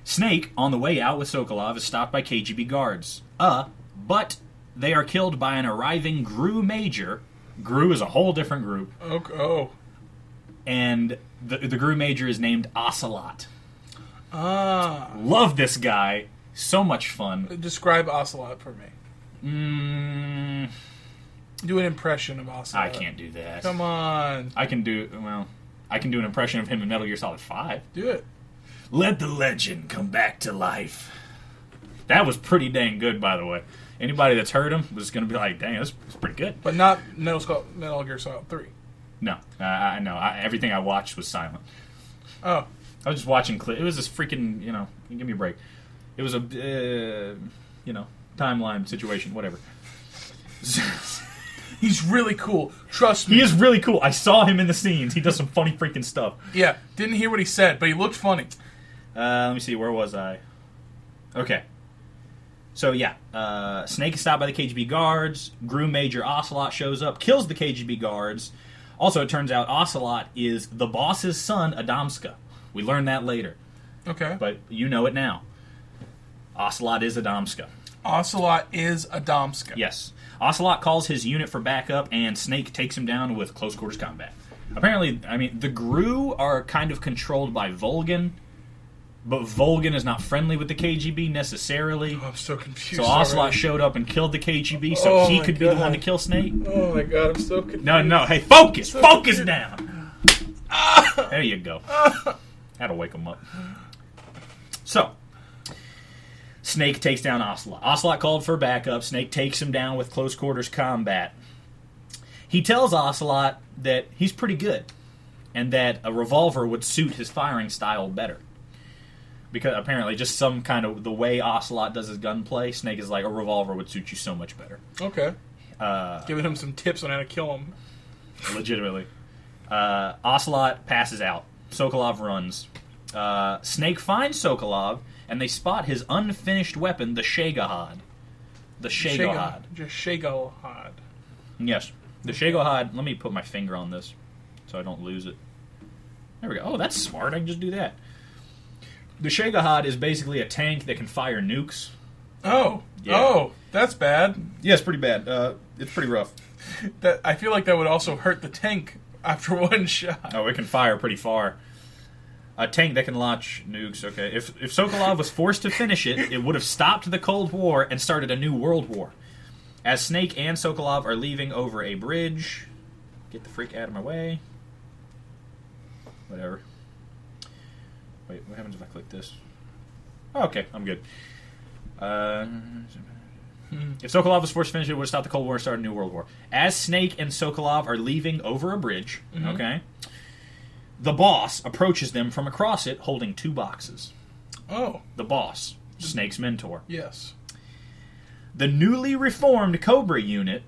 Snake, on the way out with Sokolov, is stopped by KGB guards. Uh, but they are killed by an arriving GRU major. GRU is a whole different group, Oh, oh. and the, the GRU major is named Ocelot. Ah. Love this guy. So much fun. Describe Ocelot for me. Mm, Do an impression of Ocelot. I can't do that. Come on, I can do well. I can do an impression of him in Metal Gear Solid Five. do it. Let the legend come back to life. That was pretty dang good, by the way. Anybody that's heard him was going to be like, "Dang, that's, that's pretty good." But not Metal, Skull, Metal Gear Solid Three. No, I, I know. I, everything I watched was silent. Oh, I was just watching clip. It was this freaking, you know, give me a break. It was a, uh, you know, timeline situation, whatever. he's really cool. Trust me. he is really cool. I saw him in the scenes. He does some funny freaking stuff. yeah, didn't hear what he said, but he looked funny. Uh, let me see. Where was I? Okay. So yeah, uh, Snake is stopped by the KGB guards. Gru Major Ocelot shows up, kills the KGB guards. Also, it turns out Ocelot is the boss's son, Adamska. We learn that later, Okay. but you know it now. Ocelot is Adamska. Ocelot is Adamska. Yes. Ocelot calls his unit for backup, and Snake takes him down with close quarters combat. Apparently, I mean, the Gru are kind of controlled by Volgan, but Volgan is not friendly with the KGB necessarily. I'm so confused. So Ocelot already. showed up and killed the KGB, so Oh he my could be the God. one to kill Snake. Oh my god, I'm so confused. No, no, hey, focus, focus down. There you go. That'll wake him up. So, Snake takes down Ocelot. Ocelot called for backup. Snake takes him down with close quarters combat. He tells Ocelot that he's pretty good and that a revolver would suit his firing style better. Because apparently, just some kind of the way Ocelot does his gunplay, Snake is like, a revolver would suit you so much better. Okay. Uh, Giving him some tips on how to kill him. legitimately. Uh, Ocelot passes out. Sokolov runs. Uh, Snake finds Sokolov, and they spot his unfinished weapon, the Shagahad. The Shagahad. Shago- Just Shagohod. Yes. The Shagahad. Let me put my finger on this so I don't lose it. There we go. Oh, that's smart. I can just do that. The Shagahad is basically a tank that can fire nukes. Oh. Yeah. Oh, that's bad. Yeah, it's pretty bad. Uh, it's pretty rough. That I feel like that would also hurt the tank after one shot. Oh, it can fire pretty far. A tank that can launch nukes. Okay, if if Sokolov was forced to finish it, it would have stopped the Cold War and started a new world war. As Snake and Sokolov are leaving over a bridge, get the freak out of my way. Whatever. Wait, what happens if I click this? Oh, okay, I'm good. Uh, if Sokolov was forced to finish it, it would have stopped the Cold War and started a new world war. As Snake and Sokolov are leaving over a bridge, okay, the boss approaches them from across it holding two boxes. Oh, The boss, Snake's mentor. yes. The newly reformed Cobra unit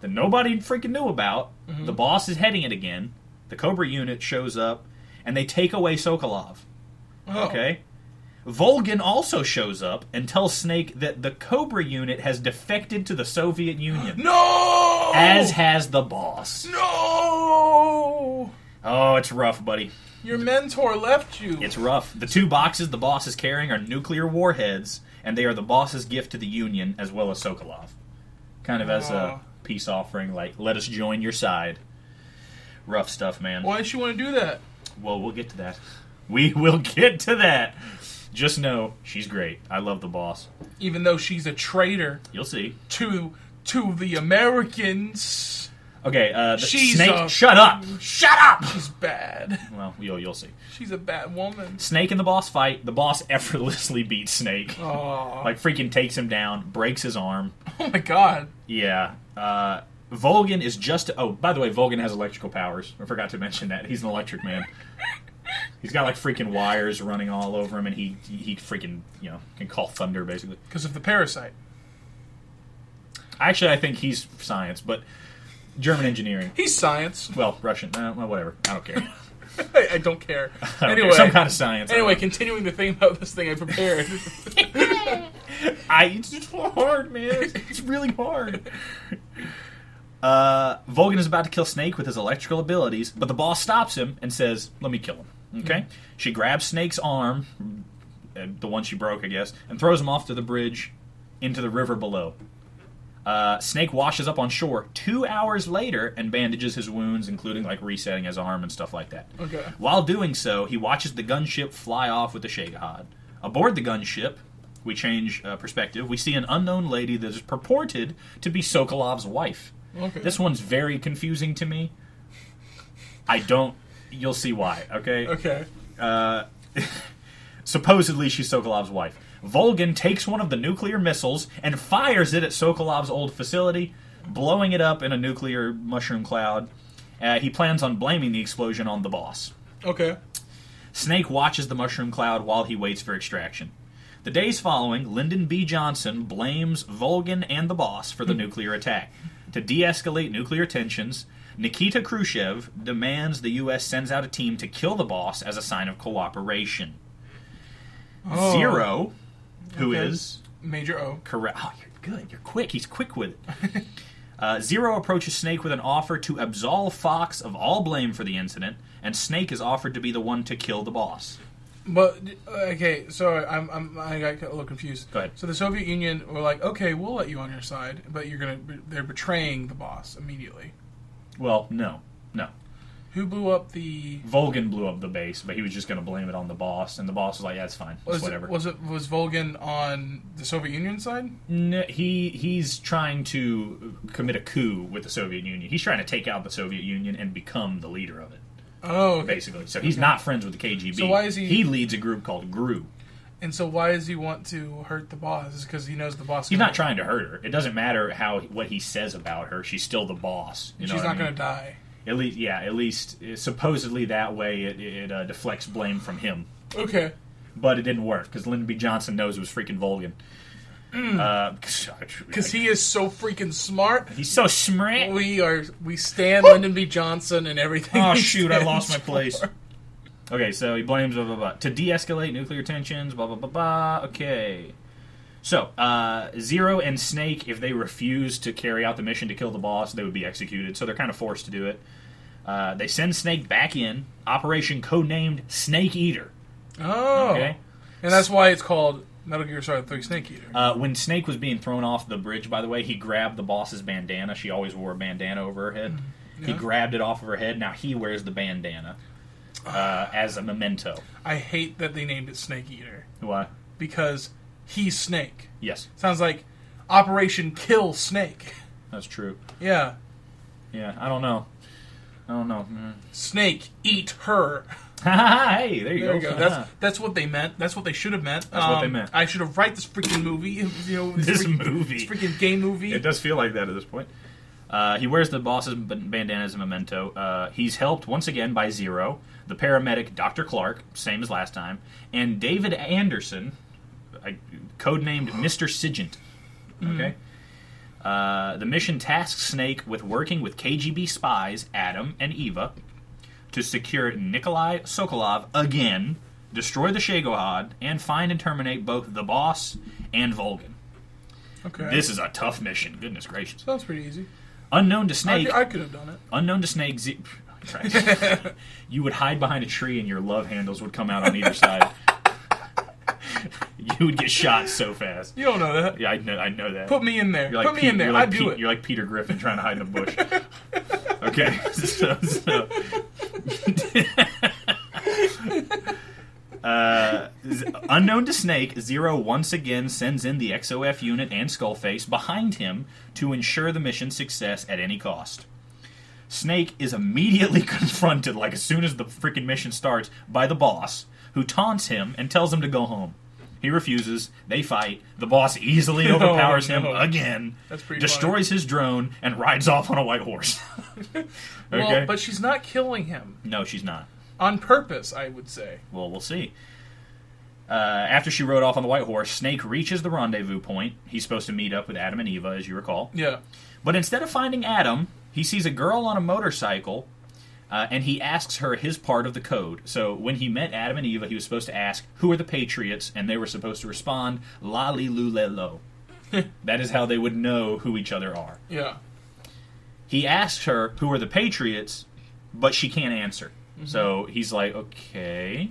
that nobody freaking knew about, Mm-hmm. the boss is heading it again. The Cobra unit shows up and they take away Sokolov. Oh. Okay. Volgan also shows up and tells Snake that the Cobra unit has defected to the Soviet Union, No. as has the boss. no. Oh, it's rough, buddy. Your mentor left you. It's rough. The two boxes the boss is carrying are nuclear warheads, and they are the boss's gift to the Union as well as Sokolov. Kind of as Aw. a peace offering, like, let us join your side. Rough stuff, man. Why did you want to do that? Well, we'll get to that. We will get to that. Just know she's great. I love the boss. Even though she's a traitor You'll see. to to the Americans, Okay, uh, the She's snake. a- Shut up! Shut up! she's bad. Well, you'll you'll see. She's a bad woman. Snake and the boss fight. The boss effortlessly beats Snake. Oh. Aw. Like freaking takes him down, breaks his arm. Oh my god. Yeah. Uh, Volgan is just. Oh, by the way, Volgan has electrical powers. I forgot to mention that. He's an electric man. He's got like freaking wires running all over him, and he he freaking you know can call thunder basically. Because of the parasite. Actually, I think he's science, but German engineering. He's science. Well, Russian. Uh, well, whatever. I don't care. I, I don't care. I don't anyway, care. some kind of science. I don't anyway, know. continuing the thing about this thing I prepared. I it's just hard, man. It's, it's really hard. Uh, Volgan is about to kill Snake with his electrical abilities, but the boss stops him and says, "Let me kill him." Okay. She grabs Snake's arm, uh, the one she broke, I guess, and throws him off to the bridge into the river below. Uh, Snake washes up on shore two hours later and bandages his wounds, including like resetting his arm and stuff like that. Okay. While doing so, he watches the gunship fly off with the Shagahad. Aboard the gunship, we change uh, perspective. We see an unknown lady that is purported to be Sokolov's wife. Okay. This one's very confusing to me. I don't. You'll see why. Okay. Okay. Supposedly, she's Sokolov's wife. Volgan takes one of the nuclear missiles and fires it at Sokolov's old facility, blowing it up in a nuclear mushroom cloud. Uh, he plans on blaming the explosion on the boss. Okay. Snake watches the mushroom cloud while he waits for extraction. The days following, Lyndon B. Johnson blames Volgan and the boss for the Hmm. nuclear attack. To de escalate nuclear tensions, Nikita Khrushchev demands the U.S. sends out a team to kill the boss as a sign of cooperation. Oh. Zero, who is Okay. Major O. correct. Oh, you're good. You're quick. He's quick with it. Uh, Zero approaches Snake with an offer to absolve Fox of all blame for the incident, and Snake is offered to be the one to kill the boss. But uh, okay, so I'm, I'm I got a little confused. Go ahead. So the Soviet Union were like, okay, we'll let you on your side, but you're gonna they're betraying the boss immediately. Well, no, no. Who blew up the? Volgan blew up the base, but he was just going to blame it on the boss, and the boss was like, "That's fine, it's Was whatever." it was it was Volgan on the Soviet Union side? N- he he's trying to commit a coup with the Soviet Union. He's trying to take out the Soviet Union and become the leader of it, Oh, okay. basically. So he's not friends with the KGB. So why is he- He leads a group called GRU. And so why does he want to hurt the boss? Because he knows the boss. He's not trying to hurt her. It doesn't matter how what he says about her. She's still the boss. You know She's what I not mean? going to die. At least, yeah. At least uh, supposedly that way it, it uh, deflects blame from him. Okay. but it didn't work because Lyndon B. Johnson knows it was freaking Volgan. Because Because Mm. he Oh, is so freaking smart. he's so smart. We are we stand Lyndon B. Johnson and everything. Oh he shoot! I stands lost my for. place. Okay, so he blames blah blah blah to de-escalate nuclear tensions. Blah blah blah blah. Okay. So uh, Zero and Snake, if they refuse to carry out the mission to kill the boss, they would be executed. So they're kind of forced to do it. Uh, they send Snake back in Operation codenamed Snake Eater. Oh, Okay. and that's why it's called Metal Gear Solid Three Snake Eater. Uh, when Snake was being thrown off the bridge, by the way, he grabbed the boss's bandana. She always wore a bandana over her head. He Mm. Yeah. grabbed it off of her head. Now he wears the bandana uh, as a memento. I hate that they named it Snake Eater Why? because he's Snake. Yes, Sounds like Operation Kill Snake. that's true. Yeah, Yeah, I don't know. I don't know. Mm. Snake eat her. hey, there you There go. we go. That's that's what they meant. That's what they should have meant. That's what they meant. I should have write this freaking movie. You know, This freaking, movie. this freaking gay movie. It does feel like that at this point. Uh, he wears the boss's ban- bandana as a memento. Uh, he's helped once again by Zero, the paramedic Dr. Clark, same as last time, and David Anderson, I, codenamed Mr. Sigint. Okay? Uh, the mission tasks Snake with working with KGB spies Adam and Eva to secure Nikolai Sokolov again, destroy the Shagohad, and find and terminate both the boss and Volgan. Okay, This is a tough mission. Goodness gracious. sounds pretty easy. Unknown to I, Snake. I could have done it. unknown to Snake. Z- Right. you would hide behind a tree, and your love handles would come out on either side. you would get shot so fast. You don't know that. Yeah, I know. I know that. Put me in there. You're like Put me Pete- in there. You're like I do Pete- it. You're like Peter Griffin trying to hide in a bush. okay. so, so. Uh, z- unknown to Snake, Zero once again sends in the XOF unit and Skullface behind him to ensure the mission's success at any cost. Snake is immediately confronted, like as soon as the freaking mission starts, by the boss, who taunts him and tells him to go home. He refuses. They fight. The boss easily overpowers Oh, no. him again, That's pretty destroys his drone, and rides off on a white horse. okay. Well, but she's not killing him no, she's not. on purpose. I would say. Well, we'll see. Uh, after she rode off on the white horse, Snake reaches the rendezvous point. He's supposed to meet up with Adam and Eva, as you recall. Yeah. But instead of finding Adam, he sees a girl on a motorcycle, uh, and he asks her his part of the code. So when he met Adam and Eva, he was supposed to ask, "Who are the Patriots?" and they were supposed to respond, "Lali Lulelo." that is how they would know who each other are. Yeah. He asks her, "Who are the Patriots?" but she can't answer. So he's like, "Okay."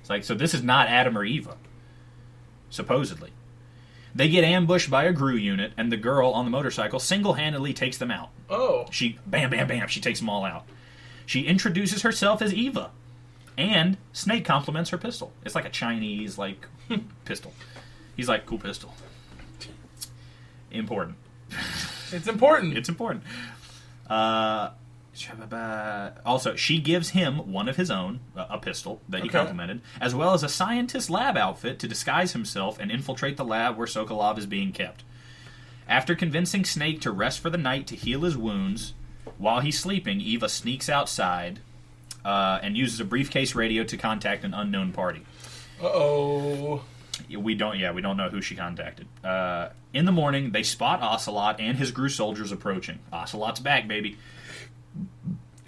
It's like, so this is not Adam or Eva, supposedly. They get ambushed by a GRU unit, and the girl on the motorcycle single-handedly takes them out. Oh. She bam, bam, bam. She takes them all out. She introduces herself as Eva, and Snake compliments her pistol. It's like a Chinese like pistol. He's like, cool pistol. Important. It's important. It's important. Uh, also, she gives him one of his own, a a pistol that he Okay. complimented, as well as a scientist lab outfit to disguise himself and infiltrate the lab where Sokolov is being kept. After convincing Snake to rest for the night to heal his wounds, while he's sleeping, Eva sneaks outside uh, and uses a briefcase radio to contact an unknown party. uh oh. We don't, yeah, we don't know who she contacted. Uh, in the morning, they spot Ocelot and his Gru soldiers approaching. Ocelot's back, baby.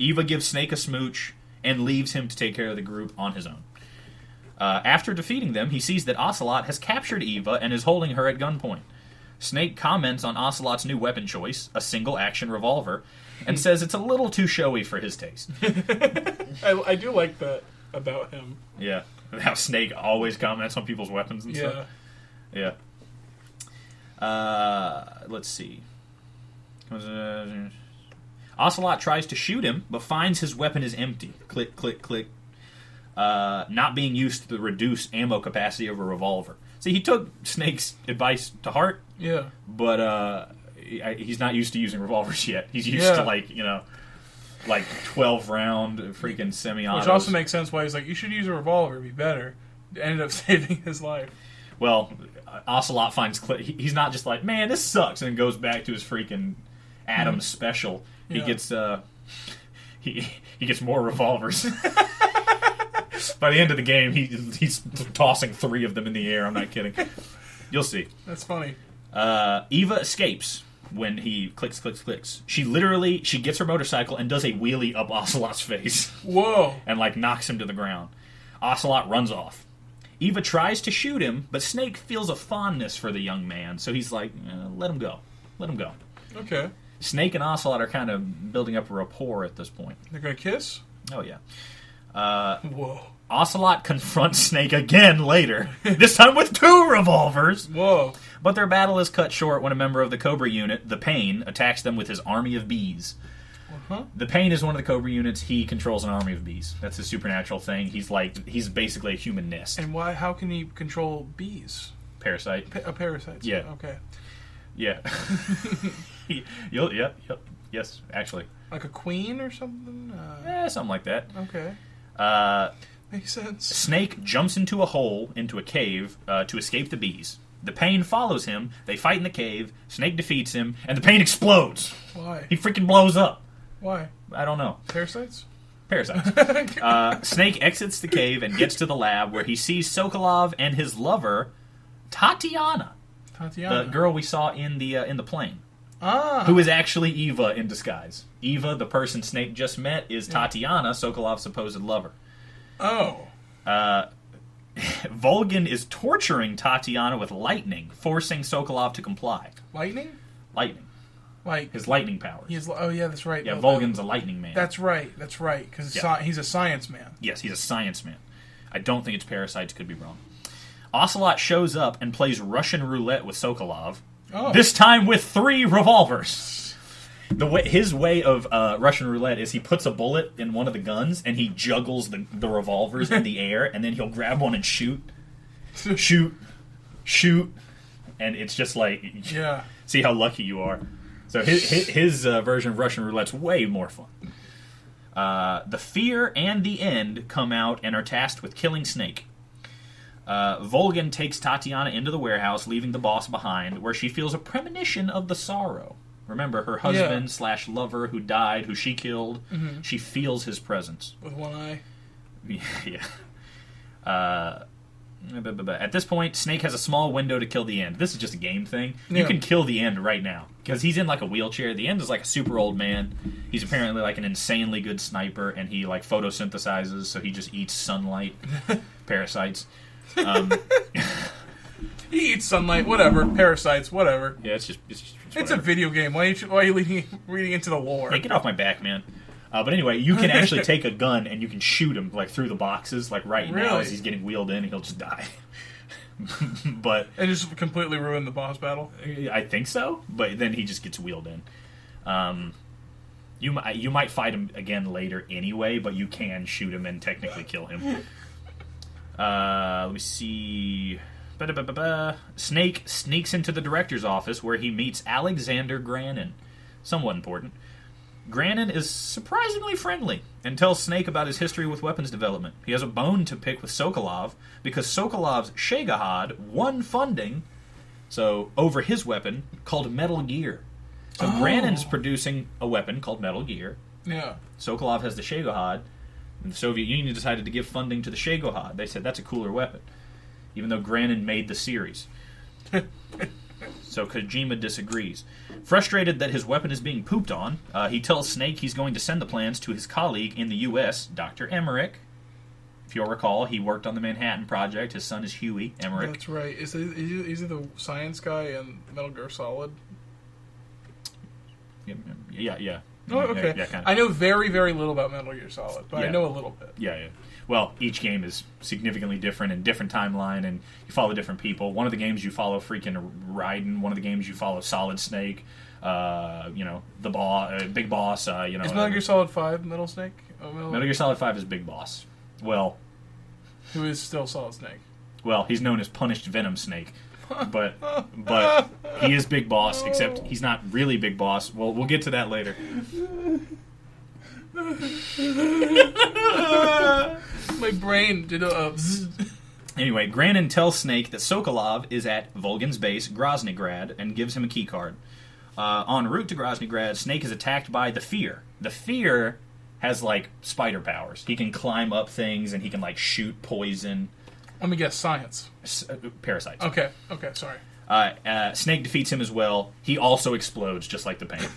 Eva gives Snake a smooch and leaves him to take care of the group on his own. Uh, after defeating them, he sees that Ocelot has captured Eva and is holding her at gunpoint. Snake comments on Ocelot's new weapon choice, a single action revolver, and says it's a little too showy for his taste. I, I do like that about him. yeah. How Snake always comments on people's weapons and stuff. Yeah. Yeah. Uh, let's see. Ocelot tries to shoot him, but finds his weapon is empty. Click, click, click. Uh, not being used to the reduced ammo capacity of a revolver. See, he took Snake's advice to heart, Yeah. but uh, he- I- he's not used to using revolvers yet. He's used Yeah. to like you know, like twelve round freaking semi. Which also makes sense why he's like, you should use a revolver, it'd be better. It ended up saving his life. Well, Ocelot finds Cl- he- he's not just like, man, this sucks, and goes back to his freaking Adam special. He Yeah. gets uh, he he gets more revolvers. By the end of the game, he he's tossing three of them in the air. I'm not kidding. You'll see. That's funny. Uh, Eva escapes when he clicks, clicks, clicks. She literally she gets her motorcycle and does a wheelie up Ocelot's face Whoa. and like knocks him to the ground. Ocelot runs off. Eva tries to shoot him, but Snake feels a fondness for the young man, so he's like, eh, "Let him go, let him go." Okay. Snake and Ocelot are kind of building up a rapport at this point. They're gonna kiss? Oh yeah. Whoa. Ocelot confronts Snake again later, this time with two revolvers. Whoa. But their battle is cut short when a member of the Cobra unit, the Pain, attacks them with his army of bees. The Pain is one of the Cobra units. He controls an army of bees. That's a supernatural thing. He's like he's basically a human nest And why how can he control bees? parasite. Pa- uh, parasites. Yeah. Okay. Yeah. You'll, yeah, yep. Yes, actually. Like a queen or something? Uh, Eh, something like that. okay. Uh, Makes sense. Snake jumps into a hole, into a cave, uh, to escape the bees. The pain follows him. They fight in the cave. Snake defeats him, and the pain explodes. Why? He freaking blows up. Why? I don't know. Parasites? Parasites. Uh, Snake exits the cave and gets to the lab where he sees Sokolov and his lover, Tatiana, the Tatiana. girl we saw in the uh, in the plane. Ah. Who is actually Eva in disguise? Eva, the person Snake just met, is Tatiana, Sokolov's supposed lover. Oh. Volgin is torturing Tatiana with lightning, forcing Sokolov to comply. Lightning? Lightning. Like His lightning powers. he's li- oh yeah, that's right. yeah, No, Volgin's a lightning man. That's right. That's right. Because Yeah. he's a science man. yes, he's a science man. I don't think it's parasites, could be wrong. Ocelot shows up and plays Russian roulette with Sokolov, Oh. this time with three revolvers. The way, his way of uh, Russian roulette is he puts a bullet in one of the guns and he juggles the, the revolvers in the air and then he'll grab one and shoot, shoot, shoot, and it's just like Yeah. see how lucky you are. So his his, his uh, version of Russian roulette's way more fun. Uh, the fear and the end come out and are tasked with killing Snake. Uh, Volgan takes Tatiana into the warehouse, leaving the boss behind, where she feels a premonition of the sorrow. Remember, her husband slash lover who died, who she killed. She feels his presence. With one eye. Yeah. Uh, but- but- but At this point, Snake has a small window to kill the end. This is just a game thing. You Yeah. can kill the end right now because he's in like a wheelchair. The end is like a super old man. He's apparently like an insanely good sniper, and he like photosynthesizes, so he just eats sunlight, parasites. He eats sunlight. Whatever. Parasites. Whatever. Yeah, it's just it's, just, It's it's, whatever. a video game. Why are you, why are you leading, reading into the lore? Hey, get off my back, man. Uh, but anyway, you can actually take a gun and you can shoot him like through the boxes, like right now Really? as he's getting wheeled in, he'll just die. but And just completely ruined the boss battle. I think so, but then he just gets wheeled in. Um, you mi- you might fight him again later anyway, but you can shoot him and technically kill him. Uh, let me see. Ba-da-ba-ba-ba. Snake sneaks into the director's office where he meets Alexander Granin, somewhat important. Granin is surprisingly friendly and tells Snake about his history with weapons development. He has a bone to pick with Sokolov because Sokolov's Shagahad won funding, so over his weapon called Metal Gear. So Oh. Granin's producing a weapon called Metal Gear. Yeah. Sokolov has the Shagohad, and the Soviet Union decided to give funding to the Shagohad. They said that's a cooler weapon, even though Granin made the series. so Kojima disagrees. Frustrated that his weapon is being pooped on, uh, he tells Snake he's going to send the plans to his colleague in the U.S., Dr. Emmerich. If you'll recall, he worked on the Manhattan Project. His son is Huey Emmerich. That's right. Is he, is he- is he the science guy in Metal Gear Solid? Yeah, yeah, yeah. Oh, okay. Yeah, yeah, kinda. I know very, very little about Metal Gear Solid, but I Yeah. know a little bit. Yeah, yeah. Well, each game is significantly different and different timeline, and you follow different people. One of the games you follow freaking Raiden. One of the games you follow Solid Snake. Uh, you know the boss, uh, Big Boss. Uh, you know Is Metal Gear Solid Five Metal Snake? Oh, Metal, Metal Gear Solid Five is Big Boss. Well, Who is still Solid Snake? well, he's known as Punished Venom Snake, but but he is Big Boss. Except he's not really Big Boss. Well, we'll get to that later. My brain did a. Uh, zzz. Anyway, Granin tells Snake that Sokolov is at Volgan's base, Groznygrad, and gives him a keycard. Uh, en route to Groznygrad, Snake is attacked by the Fear. The Fear has, like, spider powers. He can climb up things and he can, like, shoot poison. Let me guess. Science. S- uh, parasites. Okay. Okay. Sorry. Uh, uh, Snake defeats him as well. He also explodes, just like the paint.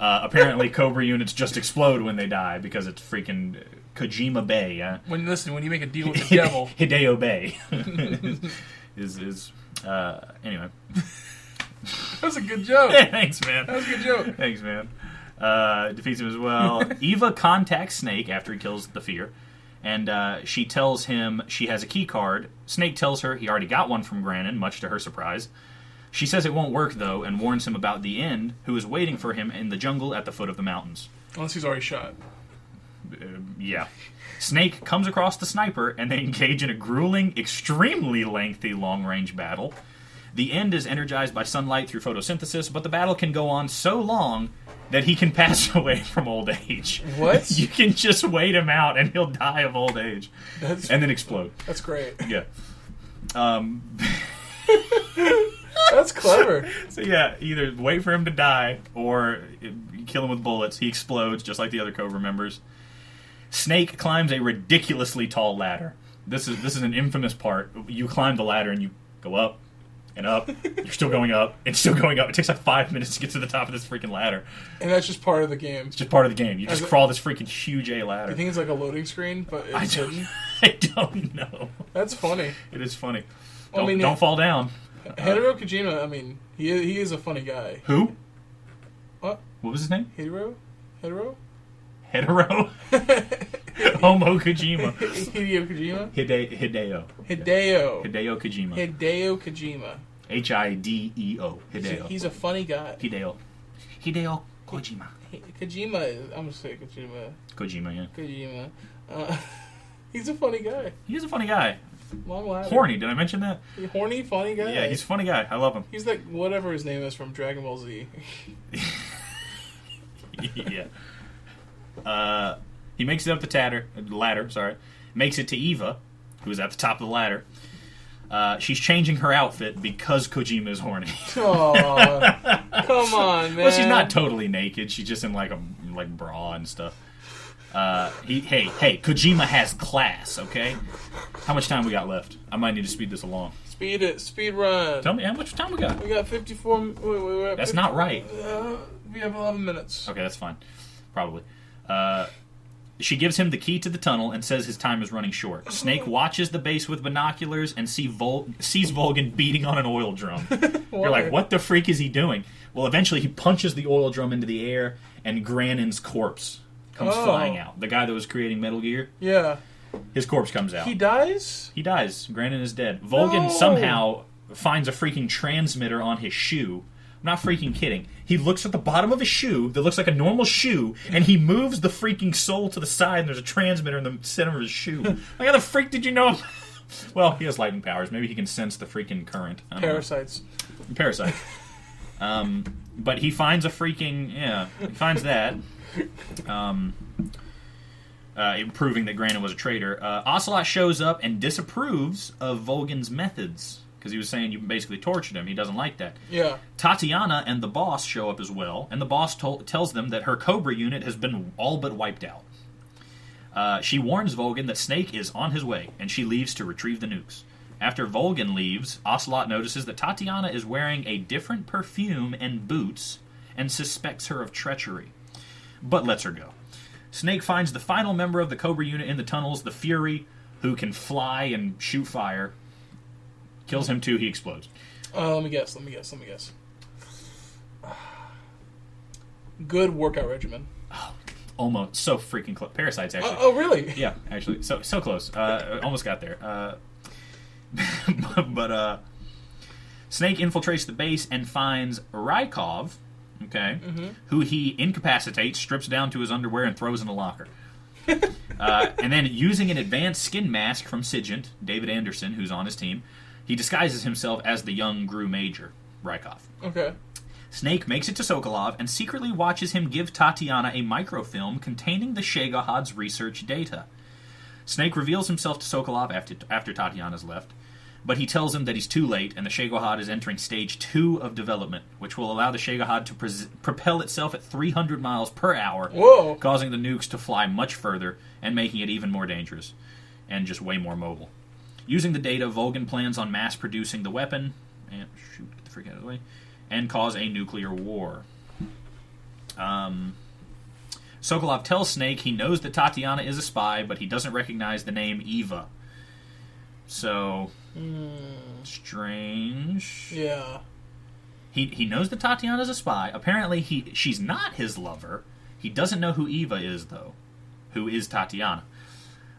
Uh, apparently, Cobra units just explode when they die because it's freaking Kojima Bay, uh, When listen, when you make a deal with the devil, Hideo Bay is is uh, anyway. that was a good joke. That Thanks, man. was a good joke. Thanks, man. Uh, defeats him as well. Eva contacts Snake after he kills the fear, and uh, she tells him she has a key card. Snake tells her he already got one from Granin, much to her surprise. She says it won't work though, and warns him about the end, who is waiting for him in the jungle at the foot of the mountains. Unless he's already shot. Um, Yeah. Snake comes across the sniper, and they engage in a grueling, extremely lengthy long range battle. The end is energized by sunlight through photosynthesis, but the battle can go on so long that he can pass away from old age. What? You can just wait him out, and he'll die of old age, That's and then explode. that's great. Yeah. Um, That's clever. So yeah, either wait for him to die or kill him with bullets. He explodes just like the other Cobra members. Snake climbs a ridiculously tall ladder. This is this is an infamous part. You climb the ladder and you go up and up. You're still going up and still going up. It takes like five minutes to get to the top of this freaking ladder. And that's just part of the game. It's just part of the game. You just As- crawl this freaking huge A ladder. I think it's like a loading screen, but I it's don't. hidden. I don't know. That's funny. It is funny. Well, Don't, I mean, don't it- fall down. Uh, Hideo Kojima. I mean, he he is a funny guy. Who? What? What was his name? Hideo? Hideo? Hetero. Homo Kojima. Hideo Kojima? Hide- Hideo. Hideo. Hideo Kojima. Hideo Kojima. H I D E O. He's a, Hideo. he's a funny guy. Hideo. Hideo Kojima. Kojima is. I'm gonna say Kojima. Kojima, yeah. Kojima. Uh, he's a funny guy. He's a funny guy. Long ladder. Horny, did I mention that? Horny, funny guy. Yeah, he's a funny guy. I love him. He's like whatever his name is from Dragon Ball Z. yeah. Uh, he makes it up the tatter, ladder, sorry. Makes it to Eva, who is at the top of the ladder. Uh, she's changing her outfit because Kojima is horny. Aw, come on, man. Well, she's not totally naked. She's just in like a like bra and stuff. Uh, he, hey, hey, Kojima has class. Okay, how much time we got left? I might need to speed this along. speed it, speed run. Tell me how much time we got. We got 54. Wait, wait, wait. That's not right. Uh, we have 11 minutes. Okay, that's fine. Probably. Uh, she gives him the key to the tunnel and says his time is running short. Snake watches the base with binoculars and see Vol- sees Volgan beating on an oil drum. You're like, what the freak is he doing? Well, eventually he punches the oil drum into the air, and Granin's corpse comes Oh. flying out. The guy that was creating Metal Gear, Yeah. his corpse comes out. He He, dies? dies. Granin is dead. Volgan No. somehow finds a freaking transmitter on his shoe. I'm not freaking kidding. He looks at the bottom of his shoe that looks like a normal shoe, and he moves the freaking sole to the side, and there's a transmitter in the center of his shoe. like, how the freak did you know? Well, he has lightning powers. Maybe he can sense the freaking current. I don't know. Parasites. Parasite. um, but he finds a freaking yeah. He finds that. Um, uh, proving that Granon was a traitor. Uh, Ocelot shows up and disapproves of Volgan's methods because he was saying you basically tortured him. He doesn't like that. Yeah. Tatiana and the boss show up as well, and the boss tol- tells them that her Cobra unit has been all but wiped out. Uh, she warns Volgan that Snake is on his way, and she leaves to retrieve the nukes. After Volgan leaves, Ocelot notices that Tatiana is wearing a different perfume and boots and suspects her of treachery, but lets her go. Snake finds the final member of the Cobra unit in the tunnels, the Fury, who can fly and shoot fire. Kills him too, he explodes. Uh, let me guess. Let me guess. Let me guess. Good workout regimen. Almost so freaking close. Parasites, actually. Uh, oh, really? Yeah, actually, so so close. Uh, almost got there. Uh, but uh, Snake infiltrates the base and finds Rykov, okay, who he incapacitates, strips down to his underwear, and throws in a locker. uh, and then, using an advanced skin mask from Sigint, David Anderson, who's on his team, he disguises himself as the young Gru Major, Rykov. Okay. Snake makes it to Sokolov and secretly watches him give Tatiana a microfilm containing the Shagahad's research data. Snake reveals himself to Sokolov after, after Tatiana's left, but he tells him that he's too late and the Shagahad is entering stage 2 of development, which will allow the Shagahad to pres- propel itself at 300 miles per hour, Whoa. causing the nukes to fly much further and making it even more dangerous and just way more mobile. Using the data, Volgan plans on mass producing the weapon and shoot, get the freak out of the way, and cause a nuclear war. Um, Sokolov tells Snake he knows that Tatiana is a spy, but he doesn't recognize the name Eva. So strange. Yeah. He he knows that Tatiana's a spy. Apparently, he she's not his lover. He doesn't know who Eva is though. Who is Tatiana?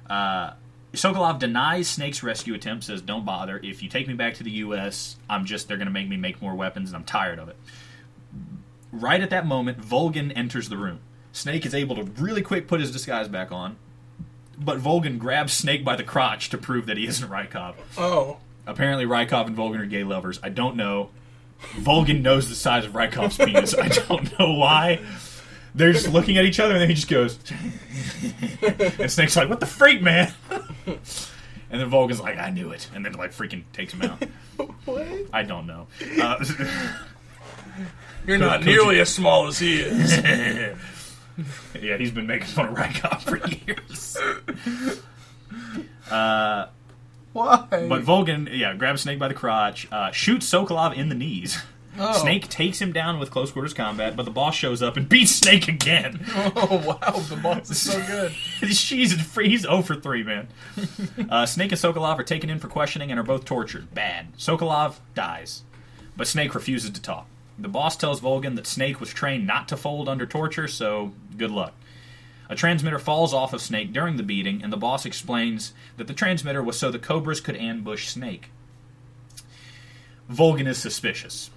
Uh, Sokolov denies Snake's rescue attempt. Says, "Don't bother. If you take me back to the U.S., I'm just they're going to make me make more weapons, and I'm tired of it." Right at that moment, Volgan enters the room. Snake is able to really quick put his disguise back on, but Volgan grabs Snake by the crotch to prove that he isn't Rykov. Oh. Apparently, Rykov and Volgan are gay lovers. I don't know. Volgan knows the size of Rykov's penis. I don't know why. They're just looking at each other, and then he just goes, and Snake's like, "What the freak, man?" and then Volgan's like, "I knew it," and then like freaking takes him out. What? I don't know. Uh, You're not Koji- nearly as small as he is. yeah, he's been making fun of Rykov for years. Why? But Volgan, yeah, grabs Snake by the crotch, uh, shoots Sokolov in the knees. Oh. Snake takes him down with close quarters combat, but the boss shows up and beats Snake again. Oh wow, the boss is so good. She's free. He's 0 for 3, man. uh, Snake and Sokolov are taken in for questioning and are both tortured. Bad. Sokolov dies, but Snake refuses to talk. The boss tells Volgan that Snake was trained not to fold under torture, so good luck. A transmitter falls off of Snake during the beating, and the boss explains that the transmitter was so the Cobras could ambush Snake. Volgan is suspicious.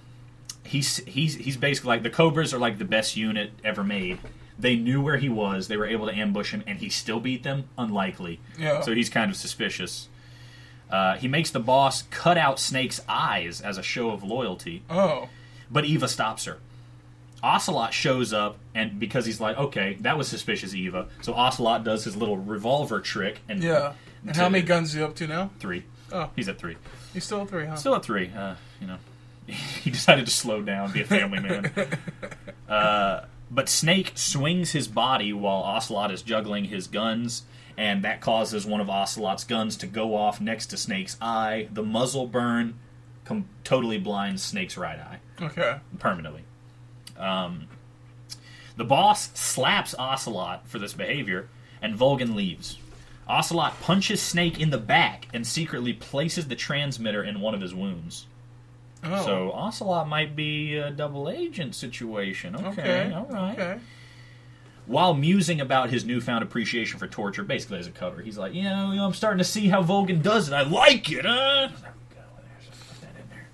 He's, he's, he's basically like the Cobras are like the best unit ever made. They knew where he was, they were able to ambush him, and he still beat them? Unlikely. Yeah. So he's kind of suspicious. Uh, he makes the boss cut out Snake's eyes as a show of loyalty Oh. but Eva stops her. Ocelot shows up, and because he's like, okay, that was suspicious, Eva. So Ocelot does his little revolver trick, and Yeah. And how many guns are you up to now? Three. Oh. He's at three. You still at three, huh? Still at three. Uh, you know, he decided to slow down, be a family man. uh, but Snake swings his body while Ocelot is juggling his guns, and that causes one of Ocelot's guns to go off next to Snake's eye. The muzzle burn com- totally blinds Snake's right eye okay. permanently. Um, the boss slaps Ocelot for this behavior, and Volgan leaves. Ocelot punches Snake in the back and secretly places the transmitter in one of his wounds. Oh. So Ocelot might be a double agent situation. Okay, okay. all right. Okay. While musing about his newfound appreciation for torture, basically as a cover, he's like, you know, you know, I'm starting to see how Volgan does it. I like it. Uh. There we go. There's- put that in there.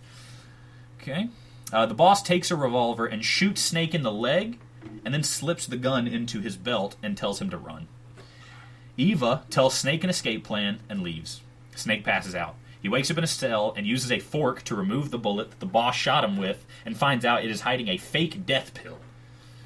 Okay. Uh, the boss takes a revolver and shoots Snake in the leg, and then slips the gun into his belt and tells him to run. Eva tells Snake an escape plan and leaves. Snake passes out. He wakes up in a cell and uses a fork to remove the bullet that the boss shot him with and finds out it is hiding a fake death pill.